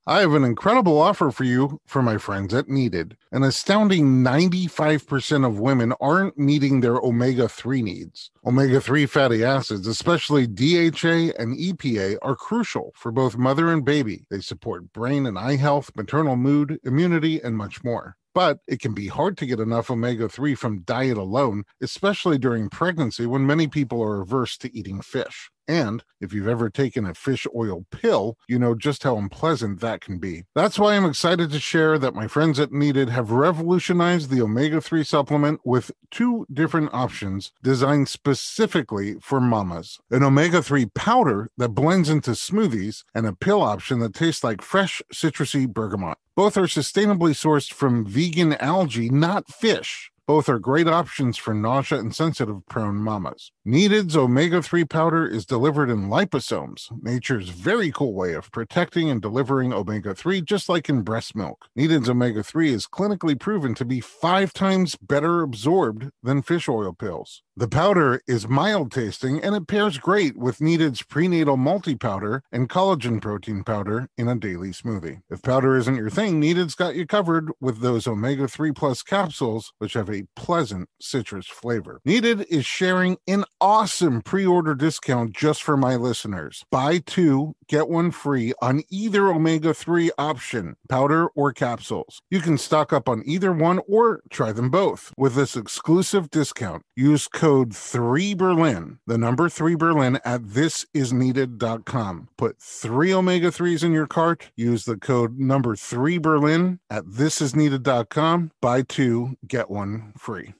Speaker 1: I have an incredible offer for you for my friends at Needed. An astounding 95% of women aren't meeting their omega 3 needs. Omega 3 fatty acids, especially DHA and EPA, are crucial for both mother and baby. They support brain and eye health, maternal mood, immunity, and much more. But it can be hard to get enough omega 3 from diet alone, especially during pregnancy when many people are averse to eating fish. And if you've ever taken a fish oil pill, you know just how unpleasant that can be. That's why I'm excited to share that my friends at Needed have revolutionized the omega 3 supplement with two different options designed specifically for mamas an omega 3 powder that blends into smoothies, and a pill option that tastes like fresh, citrusy bergamot. Both are sustainably sourced from vegan algae, not fish. Both are great options for nausea and sensitive prone mamas. Needed's omega 3 powder is delivered in liposomes, nature's very cool way of protecting and delivering omega 3, just like in breast milk. Needed's omega 3 is clinically proven to be five times better absorbed than fish oil pills. The powder is mild tasting and it pairs great with Needed's prenatal multi powder and collagen protein powder in a daily smoothie. If powder isn't your thing, Needed's got you covered with those omega 3 plus capsules, which have a pleasant citrus flavor. Needed is sharing an awesome pre order discount just for my listeners. Buy two, get one free on either omega 3 option, powder or capsules. You can stock up on either one or try them both with this exclusive discount. Use code 3Berlin, the number 3Berlin at thisisneeded.com. Put three omega 3s in your cart. Use the code number 3Berlin at thisisneeded.com. Buy two, get one free.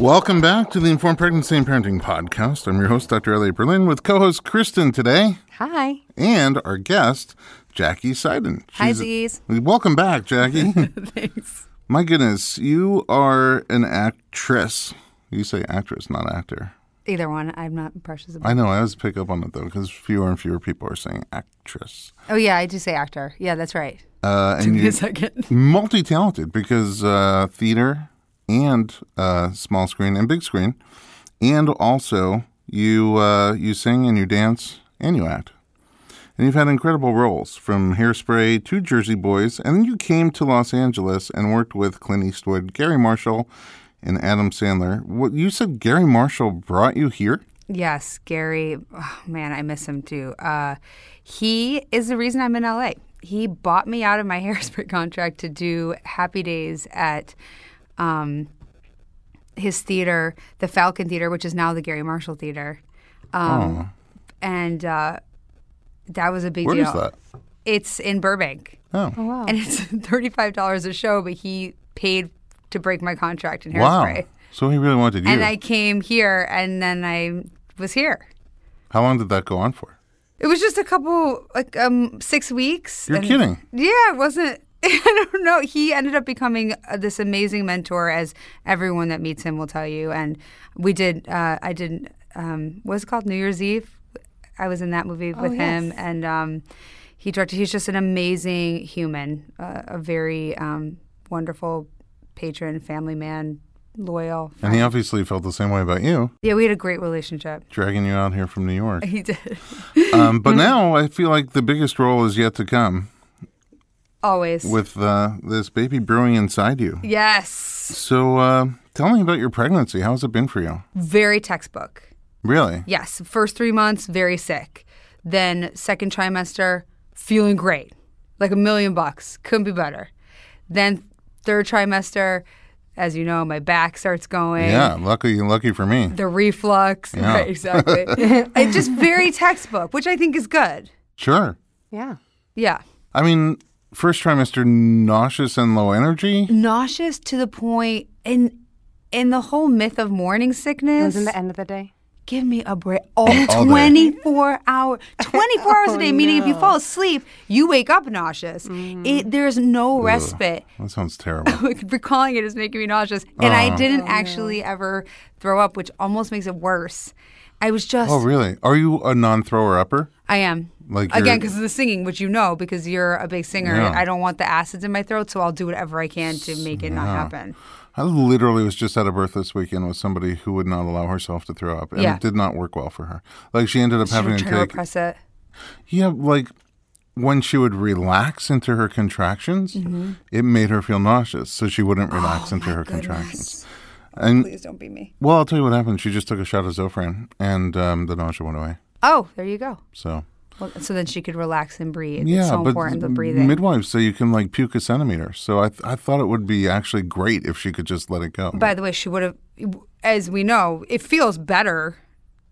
Speaker 1: Welcome back to the Informed Pregnancy and Parenting Podcast. I'm your host, Dr. Elliot Berlin, with co host Kristen today
Speaker 2: Hi.
Speaker 1: and our guest, Jackie Seiden.
Speaker 3: Hi,
Speaker 1: She's-
Speaker 3: Z's.
Speaker 1: Welcome back, Jackie.
Speaker 3: Thanks.
Speaker 1: My goodness, you are an actress. You say actress, not actor.
Speaker 3: Either one. I'm not precious about.
Speaker 1: I know. I always pick up on it though, because fewer and fewer people are saying actress.
Speaker 3: Oh yeah, I do say actor. Yeah, that's right.
Speaker 1: Uh, and
Speaker 3: Wait a
Speaker 1: you're
Speaker 3: second.
Speaker 1: multi-talented because uh, theater and uh, small screen and big screen, and also you uh, you sing and you dance and you act. And you've had incredible roles from Hairspray to Jersey Boys, and then you came to Los Angeles and worked with Clint Eastwood, Gary Marshall, and Adam Sandler. What you said, Gary Marshall brought you here?
Speaker 3: Yes, Gary. Oh, man, I miss him too. Uh, he is the reason I'm in LA. He bought me out of my hairspray contract to do Happy Days at um, his theater, the Falcon Theater, which is now the Gary Marshall Theater. Um, And uh, that was a big
Speaker 1: Where
Speaker 3: deal.
Speaker 1: is that?
Speaker 3: It's in Burbank.
Speaker 1: Oh.
Speaker 2: Oh, wow.
Speaker 3: And it's $35 a show, but he paid to break my contract in
Speaker 1: wow.
Speaker 3: hairspray.
Speaker 1: So he really wanted you.
Speaker 3: And I came here and then I was here.
Speaker 1: How long did that go on for?
Speaker 3: It was just a couple, like um, six weeks.
Speaker 1: You're
Speaker 3: and-
Speaker 1: kidding.
Speaker 3: Yeah, it wasn't. I don't know. He ended up becoming uh, this amazing mentor, as everyone that meets him will tell you. And we did. Uh, I did. Um, what's it called New Year's Eve. I was in that movie with him, and um, he directed. He's just an amazing human, uh, a very um, wonderful patron, family man, loyal.
Speaker 1: And he obviously felt the same way about you,
Speaker 3: Yeah, we had a great relationship.
Speaker 1: dragging you out here from New York.
Speaker 3: He did
Speaker 1: Um, but now I feel like the biggest role is yet to come
Speaker 3: always.
Speaker 1: with uh, this baby brewing inside you.
Speaker 3: yes,
Speaker 1: So uh, tell me about your pregnancy. How's it been for you?
Speaker 3: very textbook.
Speaker 1: Really?
Speaker 3: Yes, first three months, very sick. Then second trimester, feeling great, like a million bucks. Couldn't be better. Then third trimester, as you know, my back starts going.
Speaker 1: Yeah. Lucky, lucky for me.
Speaker 3: The reflux. Right, exactly. it's just very textbook, which I think is good.
Speaker 1: Sure.
Speaker 2: Yeah.
Speaker 3: Yeah.
Speaker 1: I mean, first trimester, nauseous and low energy.
Speaker 3: Nauseous to the point in in the whole myth of morning
Speaker 2: It
Speaker 3: sickness.
Speaker 2: was in the end of the day.
Speaker 3: Give me a break. All
Speaker 1: All day. Oh,
Speaker 3: 24 hour, 24 hours a day. Meaning, if you fall asleep, you wake up nauseous.
Speaker 1: Mm-hmm.
Speaker 3: It, there's no respite.
Speaker 1: That sounds terrible.
Speaker 3: Recalling it is making me nauseous, and
Speaker 1: Uh-huh.
Speaker 3: I didn't actually ever throw up, which almost makes it worse. I was just,
Speaker 1: oh, really? Are you a non-thrower upper?
Speaker 3: I am.
Speaker 1: Like
Speaker 3: Again,
Speaker 1: you're-
Speaker 3: because of the singing, which you know, because you're a big singer.
Speaker 1: Yeah.
Speaker 3: I don't want the acids in my throat, so I'll do whatever I can to make it not happen.
Speaker 1: I literally was just at a birth this weekend with somebody who would not allow herself to throw up, and
Speaker 3: Yeah.
Speaker 1: it did not work well for her. Like she ended up having
Speaker 3: Trying
Speaker 1: to
Speaker 3: to
Speaker 1: take
Speaker 3: repress it.
Speaker 1: Yeah, like when she would relax into her contractions,
Speaker 3: Mm-hmm.
Speaker 1: it made her feel nauseous, so she wouldn't relax into her contractions. And
Speaker 3: Oh Please don't be me.
Speaker 1: well, I'll tell you what happened. She just took a shot of Zofran, and um, the nausea went away.
Speaker 3: Oh, there you go.
Speaker 1: So
Speaker 3: Well, so then she could relax and breathe.
Speaker 1: yeah,
Speaker 3: it's so
Speaker 1: but
Speaker 3: important the breathing.
Speaker 1: midwives say you can like puke a centimeter. So I, th- I thought it would be actually great if she could just let it go.
Speaker 3: By the way, she would have, as we know, it feels better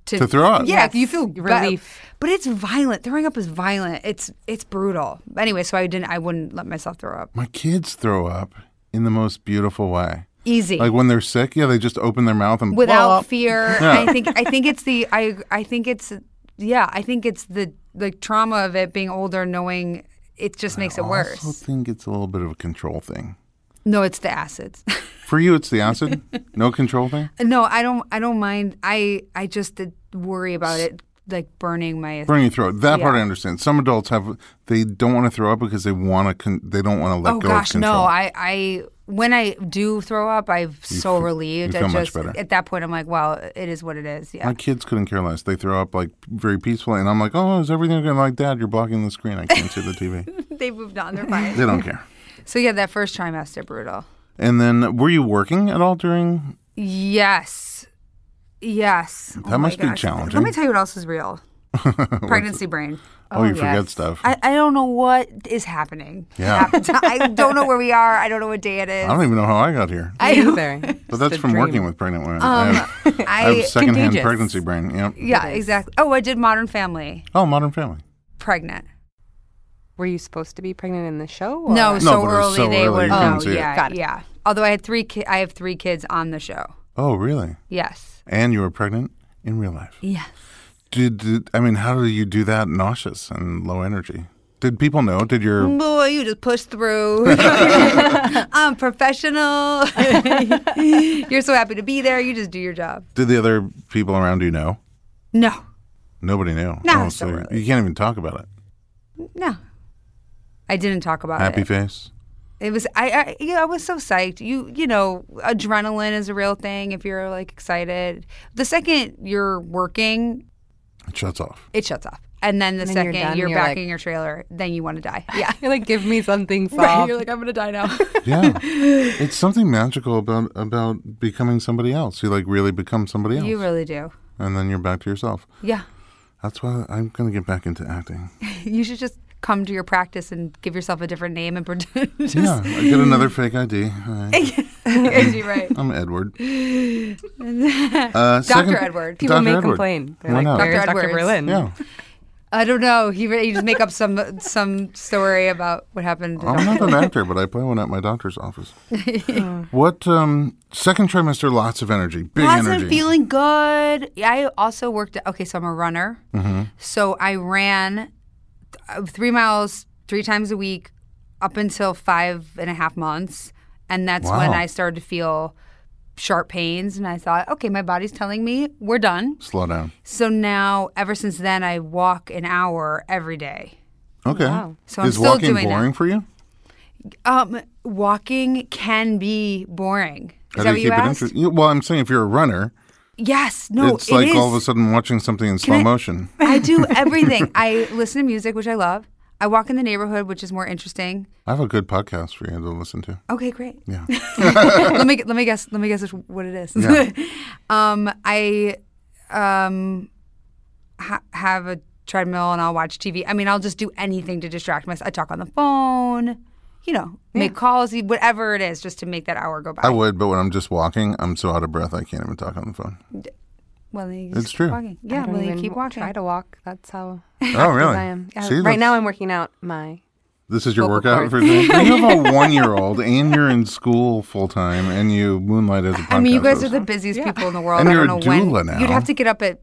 Speaker 3: to,
Speaker 1: To throw up.
Speaker 3: Yeah,
Speaker 2: Yes,
Speaker 3: you feel be-
Speaker 2: relief.
Speaker 3: but it's violent. Throwing up is violent. It's it's brutal. Anyway, so I didn't. I wouldn't let myself throw up.
Speaker 1: My kids throw up in the most beautiful way.
Speaker 3: Easy.
Speaker 1: Like when they're sick, yeah, they just open their mouth and
Speaker 3: without
Speaker 1: Blah.
Speaker 3: fear. I think I think it's the I I think it's yeah I think it's the the trauma of it being older, knowing it just makes it
Speaker 1: I
Speaker 3: worse.
Speaker 1: also think it's a little bit of a control thing.
Speaker 3: No, it's the acids.
Speaker 1: For you, it's the acid, no control thing.
Speaker 3: no, I don't I don't mind. I I just did worry about it like burning my
Speaker 1: Burn your throat. That part I
Speaker 3: Yeah.
Speaker 1: understand. Some adults have they don't want to throw up because they want to. Con- they don't want to let
Speaker 3: Oh
Speaker 1: go
Speaker 3: gosh,
Speaker 1: of control.
Speaker 3: no! I, I when I do throw up, I'm so relieved.
Speaker 1: feel
Speaker 3: I
Speaker 1: much
Speaker 3: just
Speaker 1: better.
Speaker 3: at that point, I'm like, well, it is what it is. Yeah,
Speaker 1: My kids couldn't care less. They throw up like very peacefully, and I'm like, "Oh, is everything going like, Dad? You're blocking the screen. I can't see the TV."
Speaker 3: they moved on. They're
Speaker 1: They
Speaker 3: fine.
Speaker 1: don't care.
Speaker 3: so yeah, that first trimester brutal.
Speaker 1: And then, were you working at all during?
Speaker 3: Yes, yes. Oh
Speaker 1: That must be
Speaker 3: Let me
Speaker 1: challenging.
Speaker 3: tell you what else is real. Pregnancy brain.
Speaker 1: Oh, you forget
Speaker 2: yes.
Speaker 1: stuff. I,
Speaker 3: I, I don't know what is happening.
Speaker 1: Yeah.
Speaker 3: I don't know where we are. I don't know what day it is.
Speaker 1: don't even know how I got here,
Speaker 3: I-
Speaker 2: Either.
Speaker 1: but that's from working with pregnant women. I have, I have
Speaker 3: Um, I
Speaker 1: secondhand
Speaker 2: Contagious.
Speaker 1: pregnancy brain. Yep.
Speaker 3: yeah, exactly. Oh, I did Modern Family.
Speaker 1: Oh, Modern Family.
Speaker 3: Pregnant.
Speaker 2: Were you supposed to be pregnant in the show?
Speaker 3: No,
Speaker 2: or-
Speaker 1: No,
Speaker 3: so
Speaker 1: but it was
Speaker 3: early
Speaker 1: so
Speaker 3: they
Speaker 1: early,
Speaker 3: would.
Speaker 1: you couldn't see it.
Speaker 3: yeah,
Speaker 2: Got it.
Speaker 3: yeah. Although I had three, ki- I have three kids on the show.
Speaker 1: Oh, really?
Speaker 3: Yes,
Speaker 1: And you were pregnant in real life.
Speaker 3: yes.
Speaker 1: Did, did I mean how do you do that nauseous and low energy? Did people know? Did
Speaker 2: Mm.
Speaker 1: your
Speaker 3: Boy, you just push through. I'm professional. You're so happy to be there. You just do your job.
Speaker 1: did the other people around you know?
Speaker 3: No,
Speaker 1: Nobody knew. Oh,
Speaker 3: No, so early.
Speaker 1: you can't even talk about it.
Speaker 3: no. I didn't talk about
Speaker 1: Happy
Speaker 3: it.
Speaker 1: face.
Speaker 3: It was I, I yeah, I was so psyched. You you know, adrenaline is a real thing if you're like excited. The second you're working,
Speaker 1: It shuts off.
Speaker 3: it shuts off. And then the
Speaker 2: then you're
Speaker 3: second
Speaker 2: done,
Speaker 3: you're,
Speaker 2: you're
Speaker 3: back
Speaker 2: like-
Speaker 3: in your trailer, then you want to die. Yeah.
Speaker 2: You're like, give me something soft.
Speaker 3: Right, You're like, I'm gonna die now.
Speaker 1: Yeah. it's something magical about about becoming somebody else. You like really become somebody else.
Speaker 3: you really do.
Speaker 1: and then you're back to yourself.
Speaker 3: Yeah.
Speaker 1: That's why I'm going to get back into acting.
Speaker 3: You should just come to your practice and give yourself a different name and pretend. just,
Speaker 1: yeah, I get another fake ID. Hi,
Speaker 3: You're right.
Speaker 1: I'm Edward. Uh,
Speaker 3: Dr.
Speaker 1: Dr.
Speaker 3: Edward. People
Speaker 2: People may
Speaker 1: Edward.
Speaker 2: complain. They're
Speaker 1: Why
Speaker 2: like,
Speaker 1: not?
Speaker 2: "Where's
Speaker 3: Dr.
Speaker 2: Dr.
Speaker 3: Edwards."
Speaker 2: Berlin.
Speaker 1: Yeah,
Speaker 3: I don't know. He, re- he just make up some some story about what happened. To
Speaker 1: I'm
Speaker 3: Dr.
Speaker 1: not an actor, but I play one at my doctor's office. what um, second trimester? Lots of energy, big
Speaker 3: Wasn't
Speaker 1: energy.
Speaker 3: feeling good. Yeah, I also worked. Okay, so I'm a runner.
Speaker 1: Mm-hmm.
Speaker 3: So I ran uh, three miles three times a week up until five and a half months, and that's when
Speaker 1: Wow.
Speaker 3: I started to feel sharp pains, and I thought, okay, my body's telling me we're done.
Speaker 1: Slow down.
Speaker 3: So now, ever since then, I walk an hour every day.
Speaker 1: Okay.
Speaker 2: Wow.
Speaker 3: So I'm
Speaker 1: Is
Speaker 3: still
Speaker 1: walking
Speaker 3: doing that.
Speaker 1: boring for you?
Speaker 3: Um, walking can be boring. Is
Speaker 1: How
Speaker 3: that
Speaker 1: do
Speaker 3: what
Speaker 1: you
Speaker 3: you
Speaker 1: keep it
Speaker 3: asked?
Speaker 1: interest- you- Well, I'm saying if you're a runner,
Speaker 3: Yes. No.
Speaker 1: it's
Speaker 3: it
Speaker 1: like all
Speaker 3: is.
Speaker 1: of a sudden watching something in slow
Speaker 3: I-
Speaker 1: motion.
Speaker 3: I do everything. I listen to music, which I love. I walk in the neighborhood, which is more interesting.
Speaker 1: I have a good podcast for you to listen to.
Speaker 3: Okay, great.
Speaker 1: Yeah.
Speaker 3: let me let me guess. Let me guess which- what it is.
Speaker 1: Yeah.
Speaker 3: um, I um ha- have a treadmill and I'll watch TV. I mean, I'll just do anything to distract myself. I talk on the phone, you know, make calls, whatever it is, just to make that hour go by.
Speaker 1: I would, but when I'm just walking, I'm so out of breath I can't even talk on the phone.
Speaker 3: well, then you
Speaker 1: It's
Speaker 3: just keep
Speaker 1: true.
Speaker 3: Walking.
Speaker 2: I
Speaker 3: Yeah,
Speaker 2: don't
Speaker 3: well, you
Speaker 2: even
Speaker 3: keep
Speaker 2: wa-
Speaker 3: walking.
Speaker 2: Try to walk. That's how
Speaker 1: Oh, really?
Speaker 2: I am. Yeah,
Speaker 1: See,
Speaker 2: right
Speaker 1: that's-
Speaker 2: now, I'm working out my.
Speaker 1: This is your
Speaker 2: vocal
Speaker 1: workout
Speaker 2: cords.
Speaker 1: for today. you have a one-year-old, and you're in school full time, and you moonlight as a podcast.
Speaker 3: I mean, you guys are
Speaker 1: host.
Speaker 3: the busiest people in the world.
Speaker 1: And
Speaker 3: I
Speaker 1: you're
Speaker 3: don't
Speaker 1: a
Speaker 3: know when.
Speaker 1: doula now.
Speaker 3: You'd have to get up at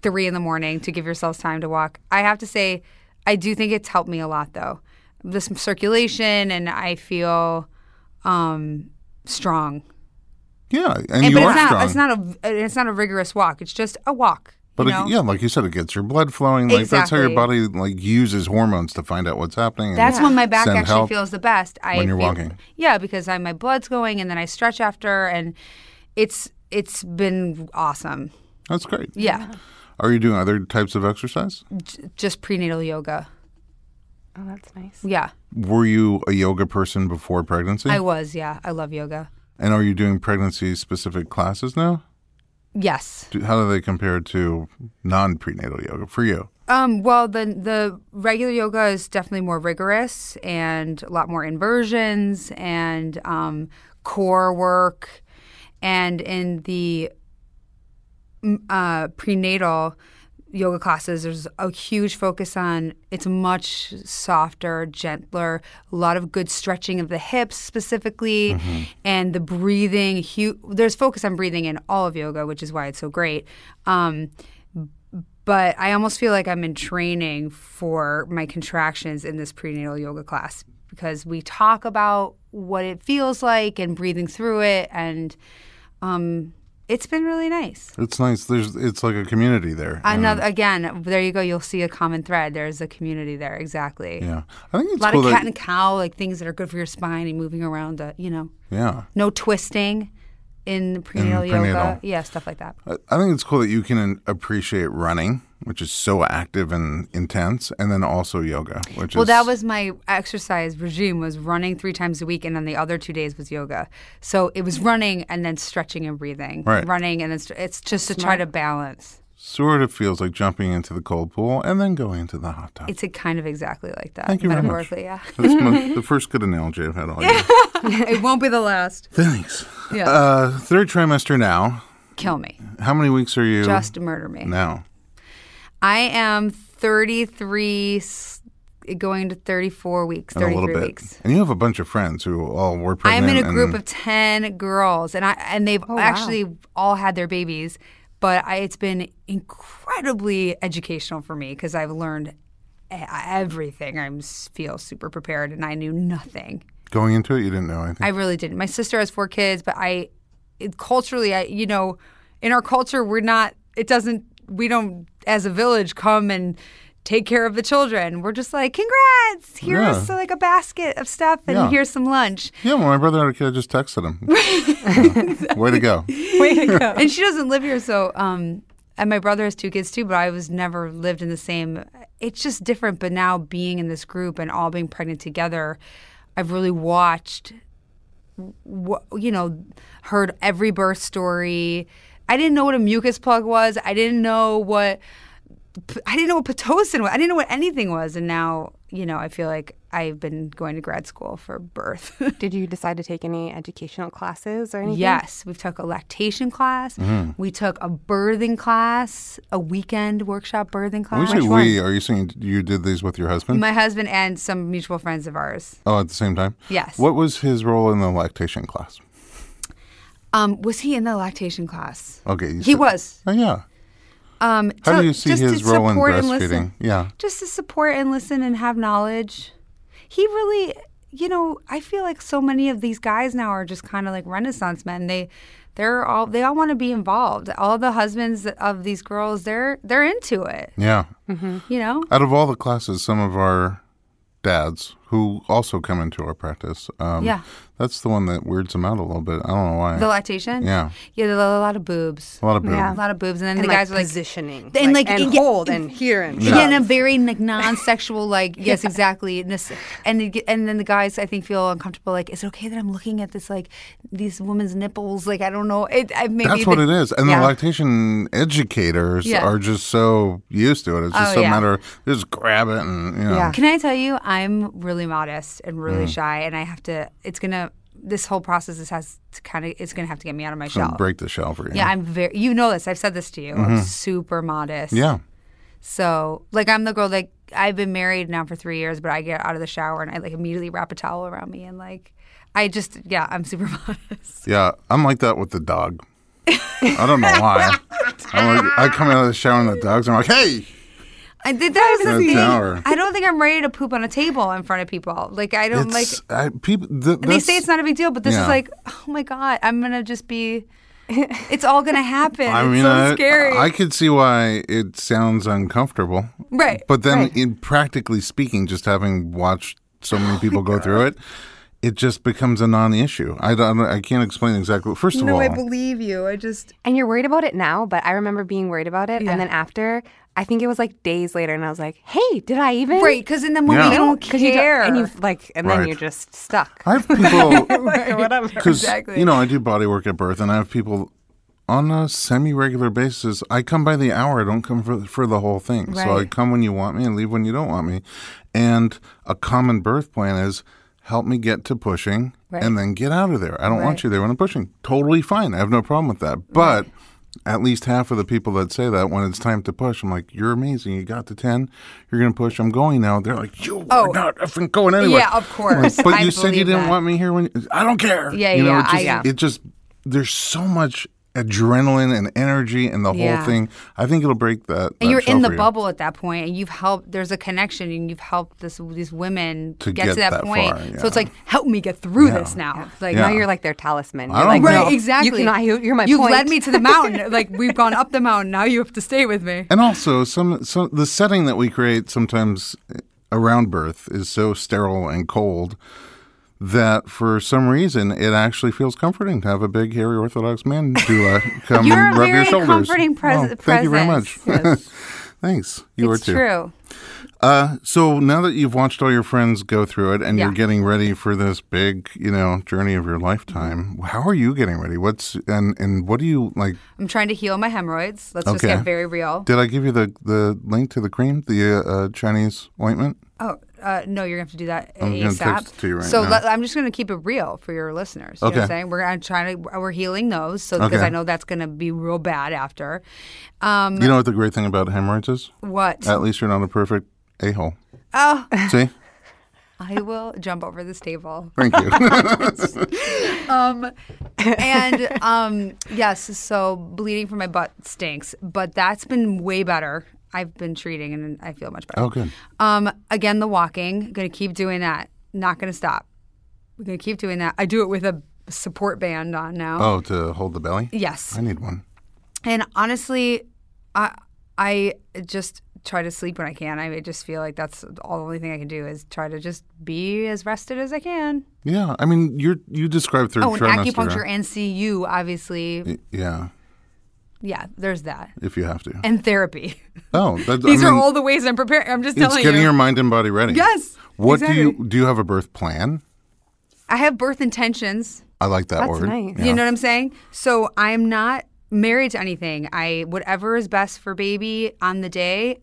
Speaker 3: three in the morning to give yourselves time to walk. I have to say, I do think it's helped me a lot, though. This circulation, and I feel um, strong.
Speaker 1: yeah, and,
Speaker 3: And-
Speaker 1: you
Speaker 3: but
Speaker 1: are
Speaker 3: it's not.
Speaker 1: strong.
Speaker 3: It's not a. It's not a rigorous walk. It's just a walk.
Speaker 1: but
Speaker 3: you
Speaker 1: it-
Speaker 3: know?
Speaker 1: yeah, like you said, it gets your blood flowing. Like that's how your
Speaker 3: Exactly.
Speaker 1: body like uses hormones to find out what's happening. and
Speaker 3: That's when my back
Speaker 1: send
Speaker 3: actually
Speaker 1: help.
Speaker 3: feels the best. I
Speaker 1: when you're
Speaker 3: feel-
Speaker 1: walking.
Speaker 3: Yeah, because I, my blood's going, and then I stretch after, and it's it's been awesome.
Speaker 1: That's great.
Speaker 3: Yeah,
Speaker 1: Are you doing other types of exercise?
Speaker 3: J- just prenatal yoga.
Speaker 2: Oh, that's nice.
Speaker 3: Yeah,
Speaker 1: Were you a yoga person before pregnancy?
Speaker 3: I was. Yeah, I love yoga.
Speaker 1: and are you doing pregnancy-specific classes now?
Speaker 3: Yes.
Speaker 1: Do, how do they compare to non-prenatal yoga for you?
Speaker 3: Um, well, the the regular yoga is definitely more rigorous and a lot more inversions and um, core work. And in the mm, uh, prenatal yoga classes, there's a huge focus on it's much softer, gentler, a lot of good stretching of the hips specifically, and the breathing. Hu- there's focus on breathing in all of yoga, which is why it's so great. Um, but I almost feel like I'm in training for my contractions in this prenatal yoga class because we talk about what it feels like and breathing through it, and um, it's been really nice.
Speaker 1: It's nice. There's it's like a community there. and-
Speaker 3: Another again, there you go. You'll see a common thread. There's a community there, exactly.
Speaker 1: yeah, I think it's
Speaker 3: A lot
Speaker 1: cool
Speaker 3: of
Speaker 1: that-
Speaker 3: cat and cow, like things that are good for your spine and moving around. Uh, you know,
Speaker 1: yeah.
Speaker 3: no twisting in the prenatal,
Speaker 1: prenatal.
Speaker 3: yoga. Yeah, stuff like that.
Speaker 1: I I think it's cool that you can appreciate running, which is so active and intense, and then also yoga, which
Speaker 3: Well,
Speaker 1: is
Speaker 3: that was my exercise regime was running three times a week, and then the other two days was yoga. So it was running and then stretching and breathing,
Speaker 1: Right.
Speaker 3: running and then str- it's just to try to balance.
Speaker 1: sort of feels like jumping into the cold pool and then going into the hot tub.
Speaker 3: It's a kind of exactly like that.
Speaker 1: Thank you very much.
Speaker 3: metaphorically,
Speaker 1: That's my, the first good analogy I've had all year.
Speaker 3: yeah. it won't be the last.
Speaker 1: Thanks.
Speaker 3: Yeah.
Speaker 1: Uh, third trimester now.
Speaker 3: Kill me,
Speaker 1: How many weeks are you
Speaker 3: just murder me.
Speaker 1: now?
Speaker 3: I am 33, s- going to 34 weeks.
Speaker 1: In a
Speaker 3: 33
Speaker 1: little bit.
Speaker 3: weeks.
Speaker 1: And you have a bunch of friends who all were
Speaker 3: I'm
Speaker 1: pregnant.
Speaker 3: in a group
Speaker 1: and-
Speaker 3: of ten girls, and I and they've
Speaker 2: wow.
Speaker 3: actually all had their babies, but I, it's been incredibly educational for me because I've learned e- everything. I feel super prepared, and I knew nothing.
Speaker 1: Going into it, you didn't know anything.
Speaker 3: I really didn't. My sister has four kids, but I it, culturally, I you know, in our culture, we're not. It doesn't. We don't, as a village, come and take care of the children. We're just like, congrats! Here's
Speaker 1: Yeah.
Speaker 3: like a basket of stuff, and
Speaker 1: Yeah.
Speaker 3: here's some lunch.
Speaker 1: yeah, well, my brother had a kid. I just texted him. Yeah. Way to go.
Speaker 2: Way to go.
Speaker 3: and she doesn't live here, so um, and my brother has two kids too. But I was never lived in the same. It's just different. But now being in this group and all being pregnant together, I've really watched, wh- you know, heard every birth story. I didn't know what a mucus plug was. I didn't know what I didn't know what pitocin was. I didn't know what anything was. And now, you know, I feel like I've been going to grad school for birth.
Speaker 2: Did you decide to take any educational classes or anything?
Speaker 3: yes, we took a lactation class.
Speaker 1: Mm-hmm.
Speaker 3: We took a birthing class, a weekend workshop birthing
Speaker 1: When we
Speaker 3: class.
Speaker 1: say
Speaker 3: Which one?
Speaker 1: we, are you saying you did these with your husband?
Speaker 3: My husband and some mutual friends of ours.
Speaker 1: oh, at the same time?
Speaker 3: Yes.
Speaker 1: What was his role in the lactation class?
Speaker 3: Um, was he in the lactation class?
Speaker 1: Okay. you
Speaker 3: He
Speaker 1: said-
Speaker 3: was.
Speaker 1: Oh, yeah.
Speaker 3: Um,
Speaker 1: How
Speaker 3: so
Speaker 1: do you see
Speaker 3: just
Speaker 1: his
Speaker 3: to
Speaker 1: role in
Speaker 3: support and listen.
Speaker 1: breastfeeding? Yeah.
Speaker 3: just to support and listen and have knowledge. He really, you know, I feel like so many of these guys now are just kind of like renaissance men. They they're all they all want to be involved. All the husbands of these girls, they're they're into it,
Speaker 1: Yeah.
Speaker 3: you know?
Speaker 1: Out of all the classes, some of our dads who also come into our practice, um,
Speaker 3: Yeah.
Speaker 1: that's the one that weirds them out a little bit. I don't know why.
Speaker 3: The lactation?
Speaker 1: Yeah.
Speaker 3: Yeah, there's a lot of boobs.
Speaker 1: a lot of boob.
Speaker 3: A lot of boobs and then
Speaker 4: And
Speaker 3: the
Speaker 4: like,
Speaker 3: guys are like
Speaker 4: positioning
Speaker 3: and, like,
Speaker 4: and
Speaker 3: yeah,
Speaker 4: hold and here and
Speaker 3: Yeah, in
Speaker 4: shove.
Speaker 3: a very like non-sexual, like yes, exactly. And this- and it get- and then the guys, I think, feel uncomfortable. Like, is it okay that I'm looking at this like these women's nipples? Like, I don't know. It, I maybe
Speaker 1: That's what
Speaker 3: the-
Speaker 1: it is. And
Speaker 3: yeah.
Speaker 1: the lactation educators
Speaker 3: Yeah.
Speaker 1: are just so used to it. It's just
Speaker 3: Oh,
Speaker 1: so
Speaker 3: yeah.
Speaker 1: matter of just grab it and, you know.
Speaker 2: Yeah.
Speaker 3: Can I tell you, I'm really modest and
Speaker 1: Mm.
Speaker 3: really shy, and I have to. It's gonna. This whole process this has to kind of. It's gonna have to get me out of my
Speaker 1: and
Speaker 3: shell.
Speaker 1: break the shell for you.
Speaker 3: Yeah, I'm very. You know this. I've said this to you. I'm super modest.
Speaker 1: Yeah.
Speaker 3: So like, I'm the girl that I've been married now for three years, but I get out of the shower and I like immediately wrap a towel around me and like. I just, yeah, I'm super modest.
Speaker 1: Yeah. I'm like that with the dog. I don't know why. I'm like, I come out of the shower and the dogs are like, hey,
Speaker 3: I did that was the
Speaker 1: That's
Speaker 3: thing.
Speaker 1: our-
Speaker 3: I don't think I'm ready to poop on a table in front of people. Like I don't like.
Speaker 1: it's, I, people, th-
Speaker 3: They say it's
Speaker 1: that's-
Speaker 3: not a big deal, but this
Speaker 1: yeah.
Speaker 3: is like, oh my god, I'm gonna just be. It's all gonna happen.
Speaker 1: I mean,
Speaker 3: it's so
Speaker 1: I,
Speaker 3: scary.
Speaker 1: I could see why it sounds uncomfortable.
Speaker 3: Right,
Speaker 1: But then,
Speaker 2: right.
Speaker 1: in practically speaking, just having watched so many people go through it, it just becomes a non-issue. I don't. I can't explain exactly. First of
Speaker 3: no,
Speaker 1: all,
Speaker 3: I believe you. I just
Speaker 2: And you're worried about it now, but I remember being worried about it.
Speaker 3: Yeah.
Speaker 2: And then after, I think it was like days later, and I was like, hey, did I even?
Speaker 3: right because in the moment
Speaker 1: Yeah.
Speaker 3: you don't care.
Speaker 2: Because you don't, and you like, and
Speaker 1: Right.
Speaker 2: then you're just stuck.
Speaker 1: I have people
Speaker 2: Like, whatever.
Speaker 1: because
Speaker 3: Exactly.
Speaker 1: you know I do body work at birth, and I have people on a semi-regular basis. I come by the hour. I don't come for for the whole thing. So I
Speaker 3: Right.
Speaker 1: come when you want me and leave when you don't want me. And a common birth plan is help me get to pushing and then get out of there. I don't want
Speaker 3: Right.
Speaker 1: you there when I'm pushing. Totally fine. I have no problem with that. But at least half of the people that say that when it's time to push, I'm like, you're amazing. You got to 10. You're going to push. I'm going now. They're like, you are
Speaker 3: Oh.
Speaker 1: not effing going anywhere.
Speaker 3: Yeah, of
Speaker 1: I'm like,
Speaker 3: course.
Speaker 1: But
Speaker 3: I
Speaker 1: you said you
Speaker 3: believe
Speaker 1: didn't
Speaker 3: that.
Speaker 1: want me here when I don't care.
Speaker 3: Yeah,
Speaker 1: you know,
Speaker 3: yeah,
Speaker 1: It just,
Speaker 3: I- yeah.
Speaker 1: it just there's so much adrenaline and energy and the whole
Speaker 3: Yeah.
Speaker 1: thing. I think it'll break that. that
Speaker 3: and you're
Speaker 1: shell
Speaker 3: in the
Speaker 1: for you.
Speaker 3: bubble at that point and you've helped there's a connection and you've helped this these women
Speaker 1: To
Speaker 3: get,
Speaker 1: get
Speaker 3: to that,
Speaker 1: that
Speaker 3: point
Speaker 1: far, yeah.
Speaker 3: so it's like help me get through this now like
Speaker 1: Yeah.
Speaker 2: Now you're like their talisman.
Speaker 1: don't
Speaker 2: You're like,
Speaker 1: know.
Speaker 2: "No,
Speaker 3: right exactly
Speaker 2: You cannot, you- you're my
Speaker 3: you've
Speaker 2: point.
Speaker 3: led me to the mountain like we've gone up the mountain now you have to stay with me
Speaker 1: And also, some, some the setting that we create sometimes eh, around birth is so sterile and cold that for some reason it actually feels comforting to have a big, hairy Orthodox man doula come
Speaker 3: You're
Speaker 1: and
Speaker 3: a
Speaker 1: rub your
Speaker 3: very
Speaker 1: shoulders.
Speaker 3: comforting pres-
Speaker 1: Well, Thank you very much.
Speaker 3: presence.
Speaker 1: Thanks. You
Speaker 3: it's
Speaker 1: are too.
Speaker 3: true
Speaker 1: Uh, so now that you've watched all your friends go through it and you're
Speaker 3: Yeah.
Speaker 1: getting ready for this big, you know, journey of your lifetime, how are you getting ready? What's and and what do you like?
Speaker 3: i'm trying to heal my hemorrhoids let's just
Speaker 1: Okay.
Speaker 3: get very real
Speaker 1: Did I give you the the link to the cream, the uh, uh, Chinese ointment?
Speaker 3: Oh uh, no, you're gonna have to do that
Speaker 1: I'm gonna
Speaker 3: ASAP.
Speaker 1: text it to you right
Speaker 3: so
Speaker 1: now.
Speaker 3: let- I'm just gonna keep it real for your listeners. You know what
Speaker 1: Okay.
Speaker 3: I'm saying we're I'm trying to we're healing those, so because
Speaker 1: Okay.
Speaker 3: I know that's gonna be real bad after. Um,
Speaker 1: You know what the great thing about hemorrhoids is?
Speaker 3: what
Speaker 1: At least you're not a perfect a hole.
Speaker 3: Oh.
Speaker 1: See?
Speaker 3: I will jump over this table.
Speaker 1: Thank you.
Speaker 3: Um, and um, yes, so bleeding from my butt stinks, but that's been way better. I've been treating and I feel much better.
Speaker 1: oh, good.
Speaker 3: Um, again, the walking. Gonna keep doing that. Not gonna stop. We're gonna keep doing that. I do it with a support band on now.
Speaker 1: Oh, to hold the belly?
Speaker 3: Yes.
Speaker 1: I need one.
Speaker 3: And honestly, I I just try to sleep when I can. I just feel like that's all the only thing I can do is try to just be as rested as I can.
Speaker 1: Yeah. I mean, you're you described third
Speaker 3: Oh, and
Speaker 1: trimester.
Speaker 3: acupuncture and CU, obviously.
Speaker 1: Y- Yeah,
Speaker 3: Yeah, there's that.
Speaker 1: if you have to.
Speaker 3: And therapy.
Speaker 1: Oh, that,
Speaker 3: These
Speaker 1: I mean,
Speaker 3: are all the ways I'm preparing. I'm just
Speaker 1: It's
Speaker 3: telling
Speaker 1: getting
Speaker 3: you.
Speaker 1: your mind and body ready.
Speaker 3: Yes,
Speaker 1: What do
Speaker 3: exactly.
Speaker 1: you do? You have a birth plan.
Speaker 3: I have birth intentions.
Speaker 1: I like that
Speaker 2: That's
Speaker 1: word.
Speaker 2: nice.
Speaker 1: Yeah.
Speaker 3: You know what I'm saying? So I'm not married to anything. I whatever is best for baby on the day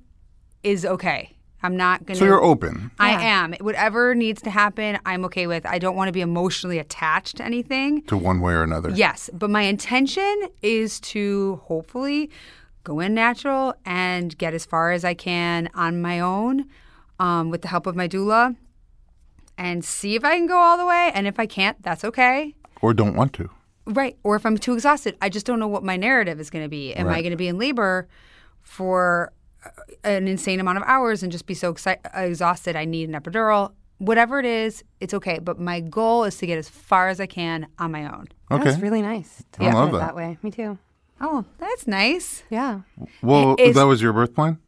Speaker 3: is okay. I'm not gonna.
Speaker 1: So you're open.
Speaker 3: I am. Whatever needs to happen, I'm okay with. I don't want to be emotionally attached to anything.
Speaker 1: to one way or another.
Speaker 3: Yes, but my intention is to hopefully go in natural and get as far as I can on my own um, with the help of my doula and see if I can go all the way. And if I can't, that's okay.
Speaker 1: Or don't want to.
Speaker 3: Right. Or if I'm too exhausted, I just don't know what my narrative is going to be. Am I
Speaker 1: Right.
Speaker 3: going to be in labor for uh, an insane amount of hours and just be so exci- uh, exhausted I need an epidural? Whatever it is, it's okay. But my goal is to get as far as I can on my own.
Speaker 1: Okay.
Speaker 2: That's really nice. To
Speaker 1: I
Speaker 2: look at
Speaker 1: love
Speaker 2: it
Speaker 1: that.
Speaker 2: that way. Me too.
Speaker 3: Oh, that's nice.
Speaker 2: Yeah.
Speaker 1: well,
Speaker 3: it's-
Speaker 1: that was your birth plan?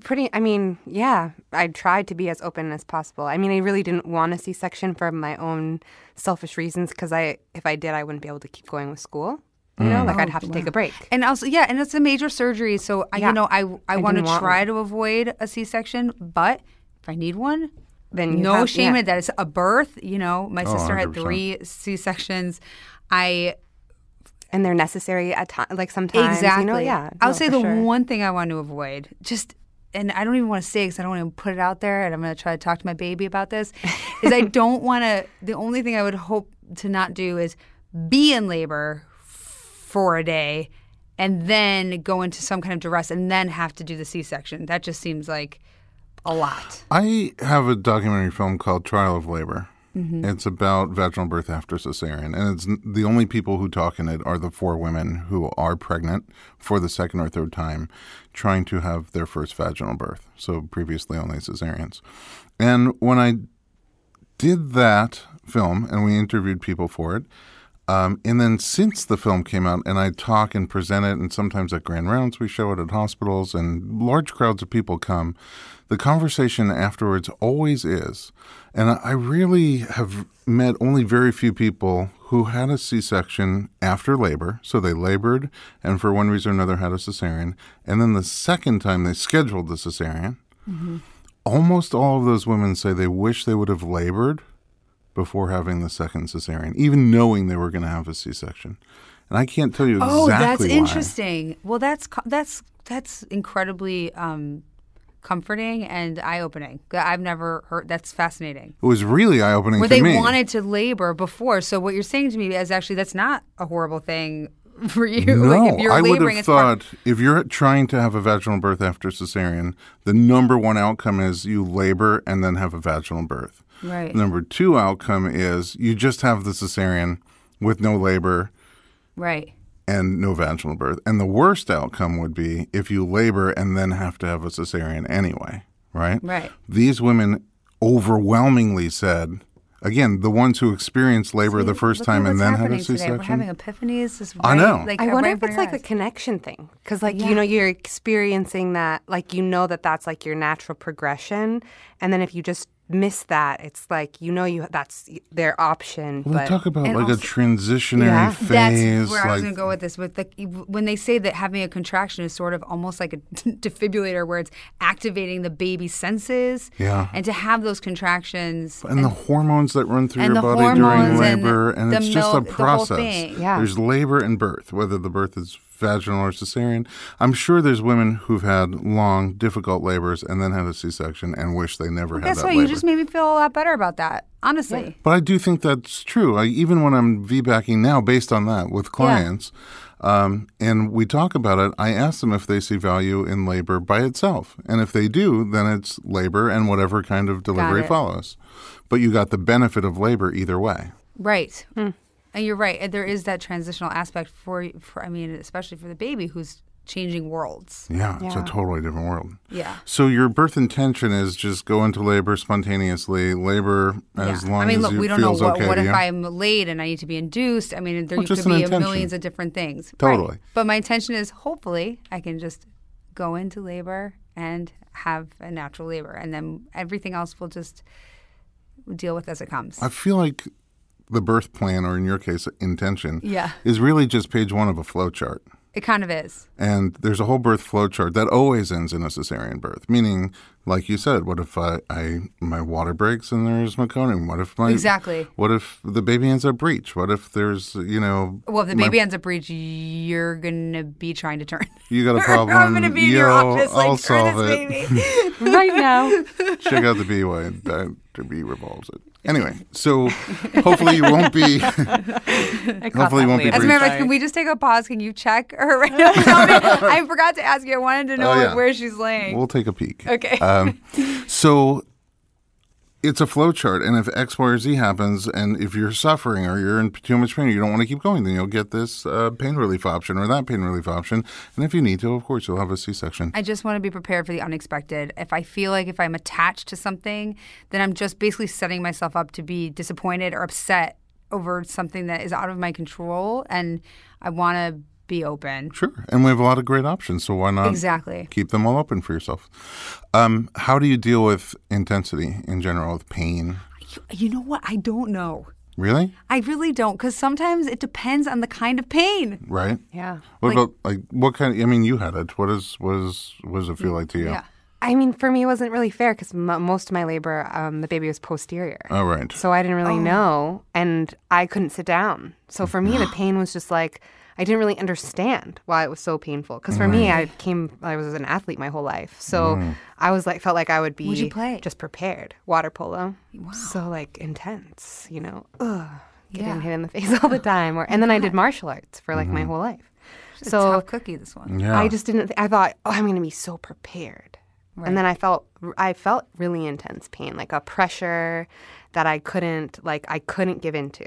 Speaker 2: pretty i mean yeah i tried to be as open as possible i mean i really didn't want a c-section for my own selfish reasons because i if i did i wouldn't be able to keep going with school you
Speaker 1: Mm.
Speaker 2: know
Speaker 3: Oh,
Speaker 2: like i'd have to take a break
Speaker 3: And also, yeah, and it's a major surgery, so I,
Speaker 2: Yeah.
Speaker 3: you know, I I, want to
Speaker 2: didn't want
Speaker 3: try to avoid a C-section, but if I need one,
Speaker 2: Then you
Speaker 3: no
Speaker 2: have-
Speaker 3: shame
Speaker 2: yeah.
Speaker 3: in that. It's a birth, you know. My sister had
Speaker 1: 100%.
Speaker 3: three C-sections. I
Speaker 2: and they're necessary at times like sometimes
Speaker 3: exactly.
Speaker 2: you know yeah
Speaker 3: I'll
Speaker 2: no,
Speaker 3: say
Speaker 2: for
Speaker 3: the
Speaker 2: sure.
Speaker 3: one thing I want to avoid, just and I don't even want to say because I don't want to put it out there, and I'm going to try to talk to my baby about this. is I don't want to. The only thing I would hope to not do is be in labor for a day, and then go into some kind of duress, and then have to do the C-section. That just seems like a lot.
Speaker 1: I have a documentary film called Trial of Labor. It's about vaginal birth after cesarean, and it's the only people who talk in it are the four women who are pregnant for the second or third time, trying to have their first vaginal birth. So previously only cesareans, and when I did that film and we interviewed people for it. Um, and then since the film came out, and I talk and present it, and sometimes at grand rounds we show it at hospitals, and large crowds of people come. The conversation afterwards always is, and I- I really have met only very few people who had a C-section after labor, so they labored and for one reason or another had a cesarean, and then the second time they scheduled the cesarean. Almost all of those women say they wish they would have labored before having the second cesarean, even knowing they were going to have a C-section. And I can't tell you exactly
Speaker 3: Oh, that's
Speaker 1: why.
Speaker 3: interesting. Well, that's co- that's that's incredibly um, comforting and eye-opening. I've never heard. That's fascinating.
Speaker 1: It was really eye-opening
Speaker 3: Where
Speaker 1: to
Speaker 3: they
Speaker 1: me.
Speaker 3: wanted to labor before. So what you're saying to me is actually that's not a horrible thing for you.
Speaker 1: no,
Speaker 3: like if you're
Speaker 1: I would
Speaker 3: laboring,
Speaker 1: have
Speaker 3: it's part-
Speaker 1: thought if you're trying to have a vaginal birth after cesarean, the number one outcome is you labor and then have a vaginal birth.
Speaker 3: right.
Speaker 1: Number two outcome is you just have the cesarean with no labor
Speaker 3: Right.
Speaker 1: and no vaginal birth. And the worst outcome would be if you labor and then have to have a cesarean anyway, right?
Speaker 3: Right.
Speaker 1: These women overwhelmingly said, again, the ones who experienced labor the first
Speaker 3: Look at
Speaker 1: time and
Speaker 3: what's
Speaker 1: then had a
Speaker 3: happening
Speaker 1: C
Speaker 3: Today. We're having
Speaker 1: section.
Speaker 3: epiphanies. This
Speaker 1: I
Speaker 3: right-
Speaker 1: know.
Speaker 3: Like,
Speaker 2: I
Speaker 3: right
Speaker 2: wonder
Speaker 3: in
Speaker 2: if
Speaker 3: front
Speaker 2: it's
Speaker 3: of
Speaker 2: like
Speaker 3: your
Speaker 2: a
Speaker 3: eyes.
Speaker 2: connection thing, because like you know you're experiencing that, like you know that that's like your natural progression, and then if you just miss that, it's like you know you that's their option.
Speaker 1: Well, they
Speaker 2: but
Speaker 1: talk about
Speaker 3: and
Speaker 1: like a
Speaker 3: also-
Speaker 1: transitionary
Speaker 2: Yeah. That's
Speaker 1: phase.
Speaker 3: That's where I was
Speaker 1: like-
Speaker 3: going to go with this. With the when they say that having a contraction is sort of almost like a defibrillator, where it's activating the baby's senses.
Speaker 1: Yeah.
Speaker 3: And to have those contractions.
Speaker 1: and, the hormones that run through
Speaker 3: and
Speaker 1: your
Speaker 3: the
Speaker 1: body during
Speaker 3: hormones and
Speaker 1: labor, and,
Speaker 3: the
Speaker 1: it's just a
Speaker 3: milk, the whole
Speaker 1: process.
Speaker 3: thing.
Speaker 2: Yeah.
Speaker 1: There's labor and birth, whether the birth is vaginal or cesarean. I'm sure there's women who've had long, difficult labors and then had a C-section and wish they never had
Speaker 3: Guess
Speaker 1: that
Speaker 3: what?
Speaker 1: labor.
Speaker 3: You just made me feel a lot better about that. Honestly.
Speaker 1: But I do think that's true. I, even when I'm VBACing now, based on that with clients, um, and we talk about it, I ask them if they see value in labor by itself. And if they do, then it's labor and whatever kind of delivery
Speaker 3: it.
Speaker 1: follows. But you got the benefit of labor either way.
Speaker 3: Right. And you're right. And there is that transitional aspect for, for, I mean, especially for the baby who's changing worlds.
Speaker 1: Yeah, it's a
Speaker 2: Yeah.
Speaker 1: totally different world.
Speaker 3: Yeah.
Speaker 1: So your birth intention is just go into labor spontaneously, labor as
Speaker 3: yeah.
Speaker 1: long
Speaker 3: I mean,
Speaker 1: as
Speaker 3: look,
Speaker 1: it
Speaker 3: we don't know
Speaker 1: feels
Speaker 3: what,
Speaker 1: okay
Speaker 3: what
Speaker 1: to
Speaker 3: if
Speaker 1: you.
Speaker 3: I'm late and I need to be induced. I mean, there
Speaker 1: Well,
Speaker 3: could
Speaker 1: just an
Speaker 3: be
Speaker 1: intention.
Speaker 3: millions of different things.
Speaker 1: Totally.
Speaker 3: Right. But my intention is hopefully I can just go into labor and have a natural labor. And then everything else will just deal with as it comes.
Speaker 1: I feel like the birth plan, or in your case, intention,
Speaker 3: Yeah.
Speaker 1: is really just page one of a flow chart.
Speaker 3: It kind of is.
Speaker 1: And there's a whole birth flow chart that always ends in a cesarean birth, meaning, like you said, what if I, I my water breaks and there's meconium? What if my
Speaker 3: Exactly.
Speaker 1: What if the baby ends up breech? What if there's you know?
Speaker 3: Well, if the
Speaker 1: my-
Speaker 3: baby ends up breech, you're gonna be trying to turn.
Speaker 1: you got a problem.
Speaker 3: I'm gonna be in your
Speaker 1: Yo,
Speaker 3: office like
Speaker 1: I'll
Speaker 3: turn
Speaker 1: solve
Speaker 3: this
Speaker 1: it.
Speaker 3: baby.
Speaker 2: right now.
Speaker 1: Check out the BY. Doctor B revolves it. Anyway, so hopefully you won't be. Hopefully it won't be
Speaker 3: As a
Speaker 1: breech.
Speaker 3: matter of fact, can we just take a pause? Can you check her right now? Tell me- I forgot to ask you. I wanted to know
Speaker 1: Oh,
Speaker 3: like,
Speaker 1: yeah.
Speaker 3: where she's laying.
Speaker 1: we'll take a peek.
Speaker 3: okay.
Speaker 1: Um, so it's a flow chart, and if X, Y, or Z happens, and if you're suffering or you're in too much pain, or you don't want to keep going, then you'll get this uh, pain relief option or that pain relief option. And if you need to, of course, you'll have a C-section.
Speaker 3: I just want to be prepared for the unexpected. If I feel like if I'm attached to something, then I'm just basically setting myself up to be disappointed or upset over something that is out of my control, and I want to be open.
Speaker 1: Sure, and we have a lot of great options, so why not
Speaker 3: Exactly.
Speaker 1: keep them all open for yourself? Um, how do you deal with intensity in general, with pain?
Speaker 3: You know what? I don't know.
Speaker 1: Really?
Speaker 3: I really don't, because sometimes it depends on the kind of pain.
Speaker 1: Right?
Speaker 2: Yeah.
Speaker 1: What about like what kind? I mean, you had it. What is what is what does it feel like to you?
Speaker 3: Yeah.
Speaker 2: I mean, for me, it wasn't really fair because m- most of my labor, um, the baby was posterior.
Speaker 1: All right.
Speaker 2: So I didn't really
Speaker 3: Oh.
Speaker 2: know, and I couldn't sit down. So for me, the pain was just like I didn't really understand why it was so painful. Because for me, I came, I was an athlete my whole life, so I was like felt like I would be
Speaker 3: What'd you play?
Speaker 2: just prepared water polo. Wow. So like intense, you know, ugh, getting
Speaker 3: Yeah.
Speaker 2: hit in the face all the time. Or and then I did martial arts for like my whole life.
Speaker 3: So
Speaker 2: so
Speaker 3: tough cookie, this one.
Speaker 1: yeah.
Speaker 2: I just didn't. Th- I thought, oh, I'm going to be so prepared, and then I felt I felt really intense pain, like a pressure that I couldn't like I couldn't give into,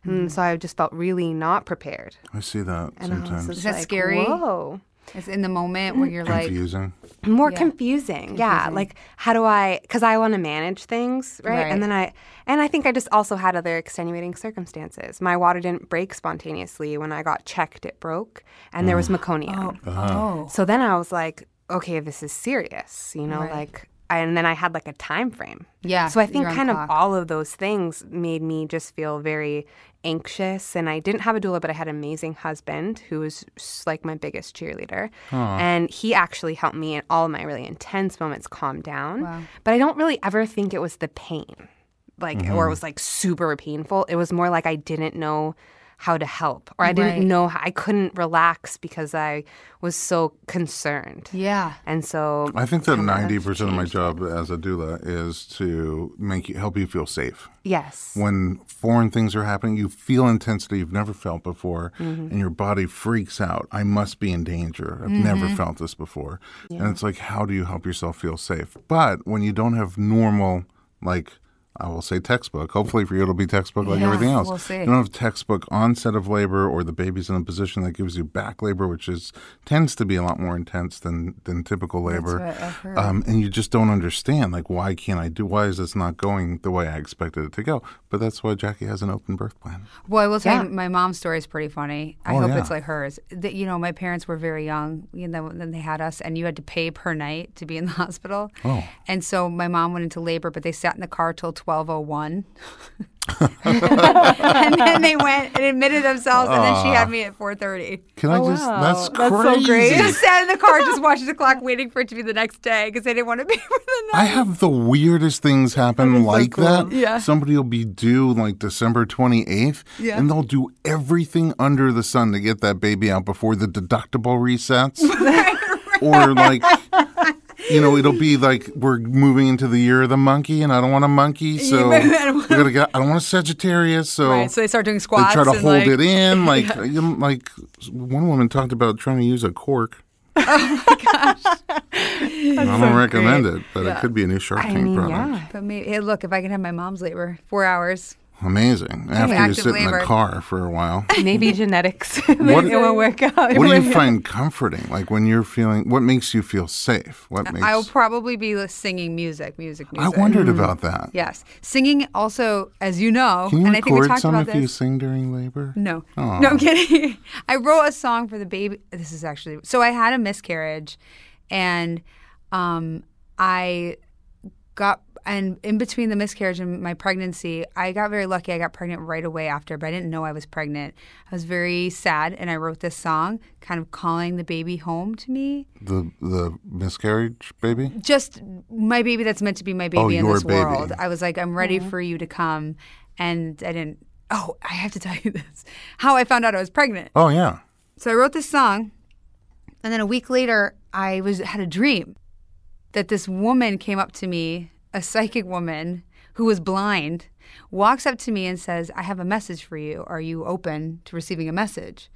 Speaker 3: Mm-hmm.
Speaker 2: and so I just felt really not prepared.
Speaker 1: I see that
Speaker 2: And uh, I was
Speaker 1: sometimes.
Speaker 2: just
Speaker 3: that
Speaker 2: like,
Speaker 3: Oh, scary?
Speaker 2: Whoa,
Speaker 3: It's in the moment where you're like,
Speaker 1: Confusing.
Speaker 2: more confusing. Yeah, like how do I? Because I want to manage things, right?
Speaker 3: Right.
Speaker 2: And then I and I think I just also had other extenuating circumstances. My water didn't break spontaneously. When I got checked, it broke, and there was meconium.
Speaker 1: Uh-huh.
Speaker 3: oh,
Speaker 2: So then I was like, okay, this is serious, you know,
Speaker 3: Right.
Speaker 2: like and then I had like a time frame.
Speaker 3: Yeah,
Speaker 2: So I think
Speaker 3: you're on
Speaker 2: kind of
Speaker 3: clock.
Speaker 2: all of those things made me just feel very anxious and I didn't have a doula but I had an amazing husband who was s- like my biggest cheerleader. And he actually helped me in all of my really intense moments calm down. But I don't really ever think it was the pain like or it was like super painful. It was more like I didn't know how to help or I didn't
Speaker 3: Right.
Speaker 2: know how, I couldn't relax because I was so concerned.
Speaker 3: yeah.
Speaker 2: And so
Speaker 1: I think that ninety percent of my job as a doula is to make you help you feel safe.
Speaker 2: yes.
Speaker 1: When foreign things are happening, you feel intensity you've never felt before,
Speaker 3: Mm-hmm.
Speaker 1: and your body freaks out. I must be in danger. I've never felt this before, and it's like, how do you help yourself feel safe? But when you don't have normal, like I will say, textbook. Hopefully for you, it'll be textbook like
Speaker 3: Yeah,
Speaker 1: everything else.
Speaker 3: we'll see.
Speaker 1: You don't have textbook onset of labor, or the baby's in a position that gives you back labor, which is tends to be a lot more intense than than typical labor.
Speaker 3: what I've heard.
Speaker 1: Um, and you just don't understand, like, why can't I do? Why is this not going the way I expected it to go? But that's why Jackie has an open birth plan.
Speaker 3: Well, I will tell
Speaker 2: Yeah.
Speaker 3: you, my mom's story is pretty funny. I
Speaker 1: Oh,
Speaker 3: hope
Speaker 1: yeah.
Speaker 3: it's like hers. That you know, my parents were very young. You know, then they had us, and you had to pay per night to be in the hospital.
Speaker 1: Oh.
Speaker 3: And so my mom went into labor, but they sat in the car till twelve oh one, and then they went and admitted themselves, and then she had
Speaker 1: Ah.
Speaker 3: me at four thirty.
Speaker 1: Can I just? That's
Speaker 2: That's so
Speaker 1: crazy.
Speaker 2: great.
Speaker 3: Just sat in the car, just watching the clock, waiting for it to be the next day because they didn't want to be for the night.
Speaker 1: I have the weirdest things happen like that.
Speaker 3: Yeah.
Speaker 1: Somebody will be due like December 28th,
Speaker 3: Yeah.
Speaker 1: and they'll do everything under the sun to get that baby out before the deductible resets. or like, you know, it'll be like we're moving into the year of the monkey, and I don't want a monkey, so we
Speaker 3: I don't want-
Speaker 1: gotta get, I don't want a Sagittarius, so.
Speaker 3: Right, so they start doing
Speaker 1: They
Speaker 3: squats.
Speaker 1: try to
Speaker 3: and
Speaker 1: hold
Speaker 3: like,
Speaker 1: it in, like you know, like one woman talked about trying to use a cork. Oh my gosh! I don't recommend it, but it could be a new Shark
Speaker 2: I
Speaker 1: Tank
Speaker 2: mean,
Speaker 1: product.
Speaker 2: yeah.
Speaker 3: But maybe, hey, look, if I can have my mom's labor, four hours.
Speaker 1: Amazing. After you
Speaker 3: active
Speaker 1: sit in the
Speaker 3: labor.
Speaker 1: car for a while.
Speaker 2: Maybe genetics. it won't work out.
Speaker 1: What do you find comforting? Like when you're feeling what makes you feel safe? What makes
Speaker 3: I'll Mm-hmm. probably be like, singing music, music,
Speaker 1: I
Speaker 3: music.
Speaker 1: wondered about that.
Speaker 3: Yes, singing also, as you know,
Speaker 1: Can you
Speaker 3: and I think we
Speaker 1: record
Speaker 3: talked
Speaker 1: some
Speaker 3: about
Speaker 1: if
Speaker 3: this. Mm.
Speaker 1: you sing during labor?
Speaker 3: No, no, I'm kidding. I wrote a song for the baby. This is actually so I had a miscarriage, and um, I got and in between the miscarriage and my pregnancy, I got very lucky. I got pregnant right away after, but I didn't know I was pregnant. I was very sad, and I wrote this song, kind of calling the baby home to me.
Speaker 1: The the miscarriage baby.
Speaker 3: Just my baby that's meant to be my baby
Speaker 1: Oh,
Speaker 3: in
Speaker 1: your
Speaker 3: this
Speaker 1: baby.
Speaker 3: world. I was like, I'm ready for you to come, and I didn't. Oh, I have to tell you this: how I found out I was pregnant.
Speaker 1: Oh yeah.
Speaker 3: So I wrote this song, and then a week later, I was had a dream that this woman came up to me, a psychic woman who was blind, walks up to me and says, "I have a message for you. Are you open to receiving a message?"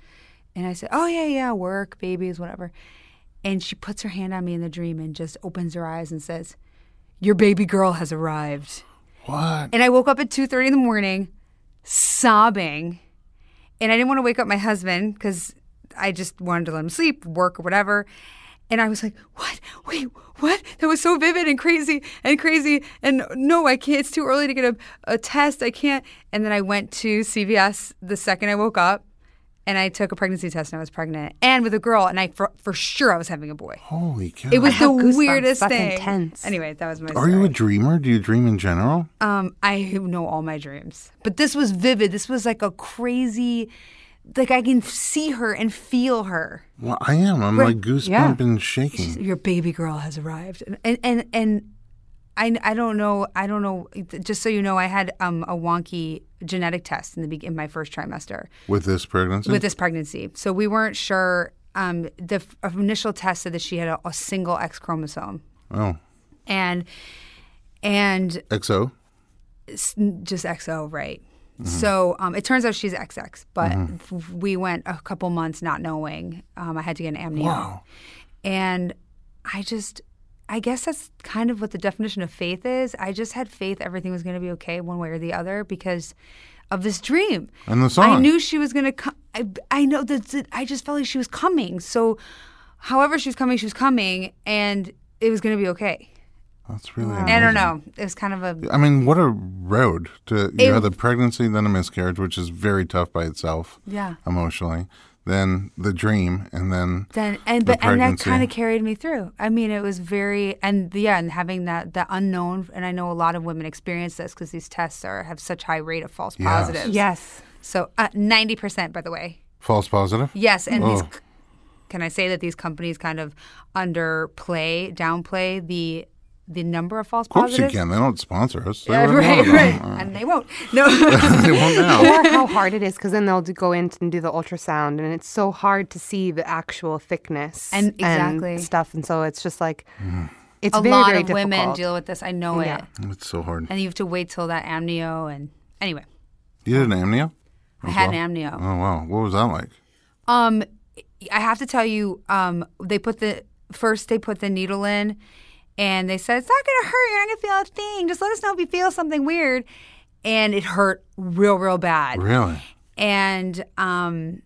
Speaker 3: And I said, "Oh yeah, yeah, work, babies, whatever." And she puts her hand on me in the dream and just opens her eyes and says, "Your baby girl has arrived."
Speaker 1: What?
Speaker 3: And I woke up at 2:30 in the morning sobbing. And I didn't want to wake up my husband cuz I just wanted to let him sleep, work or whatever. And I was like, "What? Wait, what? That was so vivid and crazy and crazy and no, I can't. It's too early to get a, a test. I can't." And then I went to CVS the second I woke up and I took a pregnancy test and I was pregnant and with a girl and I for, for sure I was having a boy.
Speaker 1: Holy cow.
Speaker 3: It was the
Speaker 2: goosebumps.
Speaker 3: weirdest
Speaker 2: That's
Speaker 3: thing.
Speaker 2: intense.
Speaker 3: Anyway, that was my
Speaker 1: Are you
Speaker 3: story.
Speaker 1: a dreamer? Do you dream in general?
Speaker 3: Um, I know all my dreams, but this was vivid. This was like a crazy, like I can see her and feel her.
Speaker 1: Well, I am. I'm like goosebump
Speaker 2: yeah.
Speaker 1: and shaking.
Speaker 3: Your baby girl has arrived, and and and, and I, I don't know I don't know. Just so you know, I had um, a wonky genetic test in the be- in my first trimester
Speaker 1: With this pregnancy?
Speaker 3: with this pregnancy, so we weren't sure. Um, the f- initial test said that she had a, a single X chromosome,
Speaker 1: oh.
Speaker 3: and and
Speaker 1: XO?
Speaker 3: s- just XO, right? So um, it turns out she's XX, but f- we went a couple months not knowing. Um, I had to get an amnio,
Speaker 1: Wow.
Speaker 3: and I just, I guess that's kind of what the definition of faith is. I just had faith everything was going to be okay one way or the other because of this dream.
Speaker 1: And the song.
Speaker 3: I knew she was going to come. I, I know that that- I just felt like she was coming. So, however she was coming, she was coming, and it was going to be okay.
Speaker 1: That's really.
Speaker 3: I
Speaker 1: amazing.
Speaker 3: don't know. It was kind of a
Speaker 1: I mean, what a road to you
Speaker 3: It-
Speaker 1: had the pregnancy, then a miscarriage, which is very tough by itself.
Speaker 3: Yeah.
Speaker 1: Emotionally, then the dream, and then
Speaker 3: then and
Speaker 1: the
Speaker 3: but and that
Speaker 1: pregnancy.
Speaker 3: kind of carried me through. I mean, it was very and yeah, and having that that unknown. And I know a lot of women experience this because these tests are have such high rate of false
Speaker 1: Yes.
Speaker 3: positives.
Speaker 2: Yes.
Speaker 3: So uh, ninety percent, by the way.
Speaker 1: false positive.
Speaker 3: Yes, and these
Speaker 1: Oh.
Speaker 3: c- can I say that these companies kind of underplay, downplay the the number of false
Speaker 1: Of course you
Speaker 3: positives.
Speaker 1: can. They don't sponsor us. They
Speaker 3: Yeah,
Speaker 1: wouldn't know
Speaker 3: right,
Speaker 1: about
Speaker 3: right,
Speaker 1: it.
Speaker 3: and they won't. No,
Speaker 1: they won't now.
Speaker 2: or how hard it is because then they'll do, go in and do the ultrasound and it's so hard to see the actual thickness
Speaker 3: And- exactly.
Speaker 2: stuff and so it's just like it's
Speaker 3: a
Speaker 2: very,
Speaker 3: lot
Speaker 2: very
Speaker 3: of women
Speaker 2: difficult.
Speaker 3: deal with this. I know it,
Speaker 2: Yeah.
Speaker 1: It's so hard.
Speaker 3: and you have to wait till that amnio. And anyway,
Speaker 1: You did an amnio?
Speaker 3: I had an amnio.
Speaker 1: Oh wow, what was that like?
Speaker 3: Um, I have to tell you, um, they put the first they put the needle in, and they said it's not gonna hurt. You're not gonna feel a thing. Just let us know if you feel something weird, and it hurt real, real bad.
Speaker 1: Really?
Speaker 3: And um,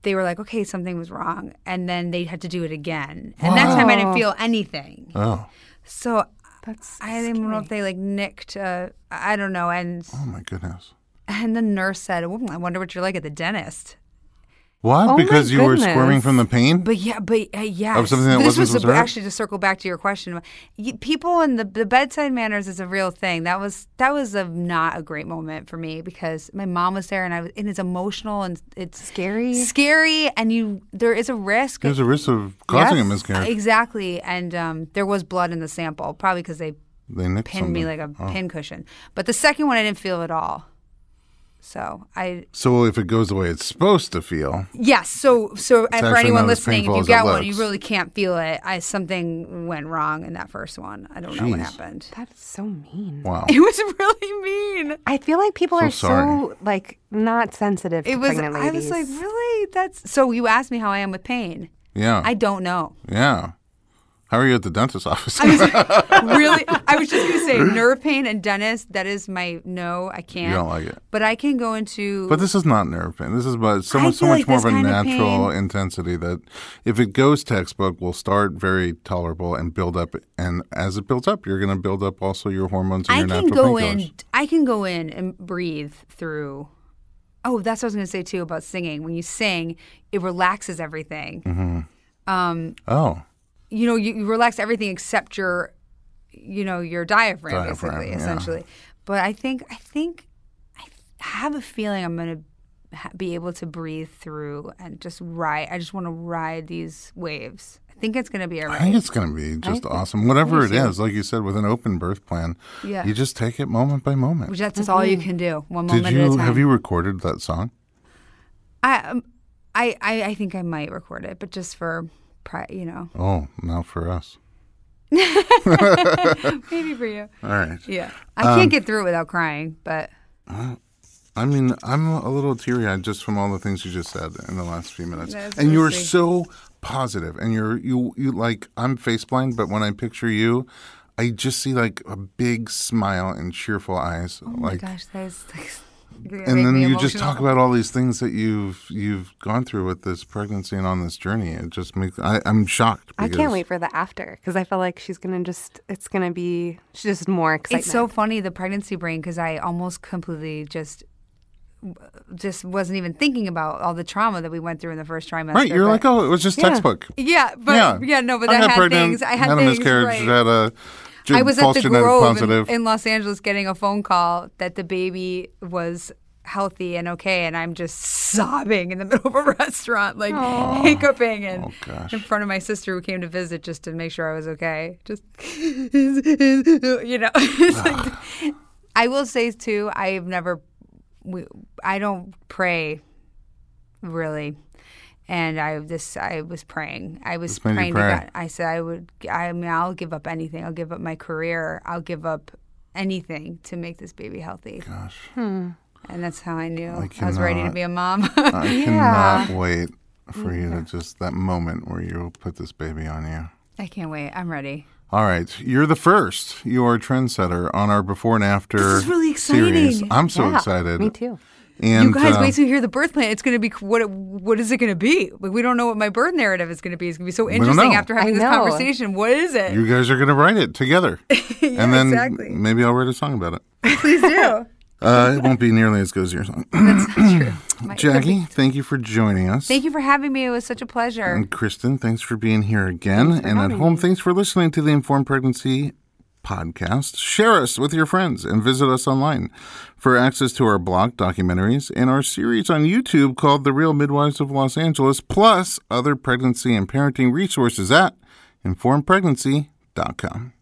Speaker 3: they were like, okay, something was wrong, and then they had to do it again, and that time I didn't feel anything.
Speaker 1: Oh,
Speaker 3: So
Speaker 2: That's
Speaker 3: I didn't know if they like nicked. Uh, I don't know, and
Speaker 1: oh my goodness.
Speaker 3: and the nurse said, "Ooh, I wonder what you're like at the dentist.
Speaker 1: What?
Speaker 2: Oh my
Speaker 1: because you were squirming
Speaker 2: goodness.
Speaker 1: from the pain?
Speaker 3: But yeah, but uh, yeah,
Speaker 1: Of something that
Speaker 3: this
Speaker 1: wasn't
Speaker 3: was
Speaker 1: supposed
Speaker 3: a-
Speaker 1: to hurt?
Speaker 3: actually to circle back to your question. y- People and the the bedside manners is a real thing. That was that was a not a great moment for me because my mom was there and I was and it's emotional and it's
Speaker 2: Scary.
Speaker 3: scary and you there is a risk.
Speaker 1: There's a risk of causing a
Speaker 2: Yes.
Speaker 1: miscarriage.
Speaker 3: Exactly, and um, there was blood in the sample, probably because they
Speaker 1: they nicked
Speaker 3: pinned me like
Speaker 1: something. Oh.
Speaker 3: a pin cushion. But the second one, I didn't feel at all. So I
Speaker 1: So if it goes the way it's supposed to feel,
Speaker 3: Yes. So, so for
Speaker 1: actually
Speaker 3: anyone
Speaker 1: not as
Speaker 3: listening, if
Speaker 1: painful
Speaker 3: you
Speaker 1: as it
Speaker 3: got one, you
Speaker 1: looks.
Speaker 3: really can't feel it. I something went wrong in that first one. I don't know what
Speaker 1: Jeez.
Speaker 3: happened.
Speaker 2: that is so mean
Speaker 1: wow.
Speaker 3: It was really mean.
Speaker 2: i feel like people
Speaker 1: So
Speaker 2: are
Speaker 1: sorry.
Speaker 2: so like not sensitive
Speaker 3: It
Speaker 2: to
Speaker 3: was.
Speaker 2: pregnant
Speaker 3: I
Speaker 2: ladies
Speaker 3: was like, really? That's so. You asked me how I am with pain.
Speaker 1: Yeah.
Speaker 3: I don't know.
Speaker 1: yeah. How are you at the dentist office?
Speaker 3: really, I was just gonna say nerve pain and dentist. That is my no. I can't.
Speaker 1: You don't like it.
Speaker 3: But I can go into.
Speaker 1: But this is not nerve pain. This is about so much, so
Speaker 3: feel
Speaker 1: much
Speaker 3: like
Speaker 1: more of
Speaker 3: this
Speaker 1: a
Speaker 3: kind of
Speaker 1: natural intensity that if it goes textbook, will start very tolerable and build up. And as it builds up, you're going to build up also your hormones and
Speaker 3: I
Speaker 1: your
Speaker 3: can
Speaker 1: natural
Speaker 3: go
Speaker 1: painkillers.
Speaker 3: in. I can go in and breathe through. Oh, that's what I was going to say too about singing. When you sing, it relaxes everything. Um,
Speaker 1: Oh,
Speaker 3: you know, you, you relax everything except your you know, your diaphragm,
Speaker 1: Diaphragm,
Speaker 3: basically,
Speaker 1: yeah.
Speaker 3: essentially. But I think, I think, I have a feeling I'm gonna ha- be able to breathe through and just ride. I just want to ride these waves. I think it's gonna be all
Speaker 1: I
Speaker 3: right.
Speaker 1: think it's going to be just awesome. Whatever it is, like you said, with an open birth plan,
Speaker 3: Yeah.
Speaker 1: you just take it moment by moment.
Speaker 3: Which that's just all you can do. One
Speaker 1: Did
Speaker 3: moment at a
Speaker 1: you
Speaker 3: time.
Speaker 1: have you recorded that song?
Speaker 3: I, um, I, I, I think I might record it, but just for, pri- you know,
Speaker 1: Oh, now for us.
Speaker 3: maybe for you.
Speaker 1: All right.
Speaker 3: Yeah, I
Speaker 1: Um,
Speaker 3: can't get through it without crying, but
Speaker 1: I mean, I'm a little teary eyed just from all the things you just said in the last few minutes.
Speaker 3: That's
Speaker 1: and you're
Speaker 3: mostly-
Speaker 1: so positive and you're you you like I'm face blind, but when I picture you, I just see like a big smile and cheerful eyes.
Speaker 2: Oh
Speaker 1: like
Speaker 3: gosh, that is like.
Speaker 1: and then you just talk about all these things that you've you've gone through with this pregnancy and on this journey. It just makes I, I'm shocked.
Speaker 2: I
Speaker 1: because-
Speaker 2: can't wait for the after because I feel like she's gonna just it's gonna be she's just more excitement.
Speaker 3: It's so funny the pregnancy brain because I almost completely just just wasn't even thinking about all the trauma that we went through in the first trimester.
Speaker 1: Right, you're like, oh, it was just textbook.
Speaker 3: yeah, but yeah, no, but I,
Speaker 1: got
Speaker 3: had
Speaker 1: pregnant,
Speaker 3: things. I had,
Speaker 1: a
Speaker 3: things.
Speaker 1: miscarriage.
Speaker 3: right.
Speaker 1: Had a gen-
Speaker 3: I was at
Speaker 1: false
Speaker 3: the
Speaker 1: genetic
Speaker 3: Grove in-
Speaker 1: positive.
Speaker 3: in, Los Angeles getting a phone call that the baby was healthy and okay, and I'm just sobbing in the middle of a restaurant, like hiccuping, and in front of my sister who came to visit just to make sure I was okay. Just you know, it's like- I will say too, I've never, we, I don't pray really. And I this I was praying. I was
Speaker 1: made you
Speaker 3: praying
Speaker 1: pray.
Speaker 3: to God. I said I would. I mean, I'll give up anything. I'll give up my career. I'll give up anything to make this baby healthy.
Speaker 1: Gosh.
Speaker 3: And that's how I knew I, was
Speaker 1: cannot-
Speaker 3: ready to be a mom.
Speaker 1: I cannot wait for you to just that moment where you put this baby on you.
Speaker 3: I can't wait. I'm ready.
Speaker 1: All right, you're the first. You are a trendsetter on our before and after.
Speaker 3: This is really
Speaker 1: Series.
Speaker 3: exciting.
Speaker 1: I'm so
Speaker 2: Yeah,
Speaker 1: excited.
Speaker 2: Me too.
Speaker 1: And
Speaker 3: you guys,
Speaker 1: uh,
Speaker 3: wait till you hear the birth plan. It's going to be what? It, what is it going to be? Like we don't know what my birth narrative is going to be. It's going to be so
Speaker 1: don't
Speaker 3: interesting
Speaker 1: know.
Speaker 3: after having
Speaker 2: I
Speaker 3: this
Speaker 2: know.
Speaker 3: conversation. What is it?
Speaker 1: you guys are going to write it together, and then
Speaker 3: exactly.
Speaker 1: maybe I'll write a song about it.
Speaker 3: Please do.
Speaker 1: Uh, it won't be nearly as good as your song. Jackie, thank you for joining us.
Speaker 3: Thank you for having me. It was such a pleasure.
Speaker 1: And Kristen, thanks for being here again. And at home, thanks for listening to the Informed Pregnancy podcast. Share us with your friends and visit us online for access to our blog documentaries and our series on YouTube called The Real Midwives of Los Angeles, plus other pregnancy and parenting resources at informedpregnancy.com.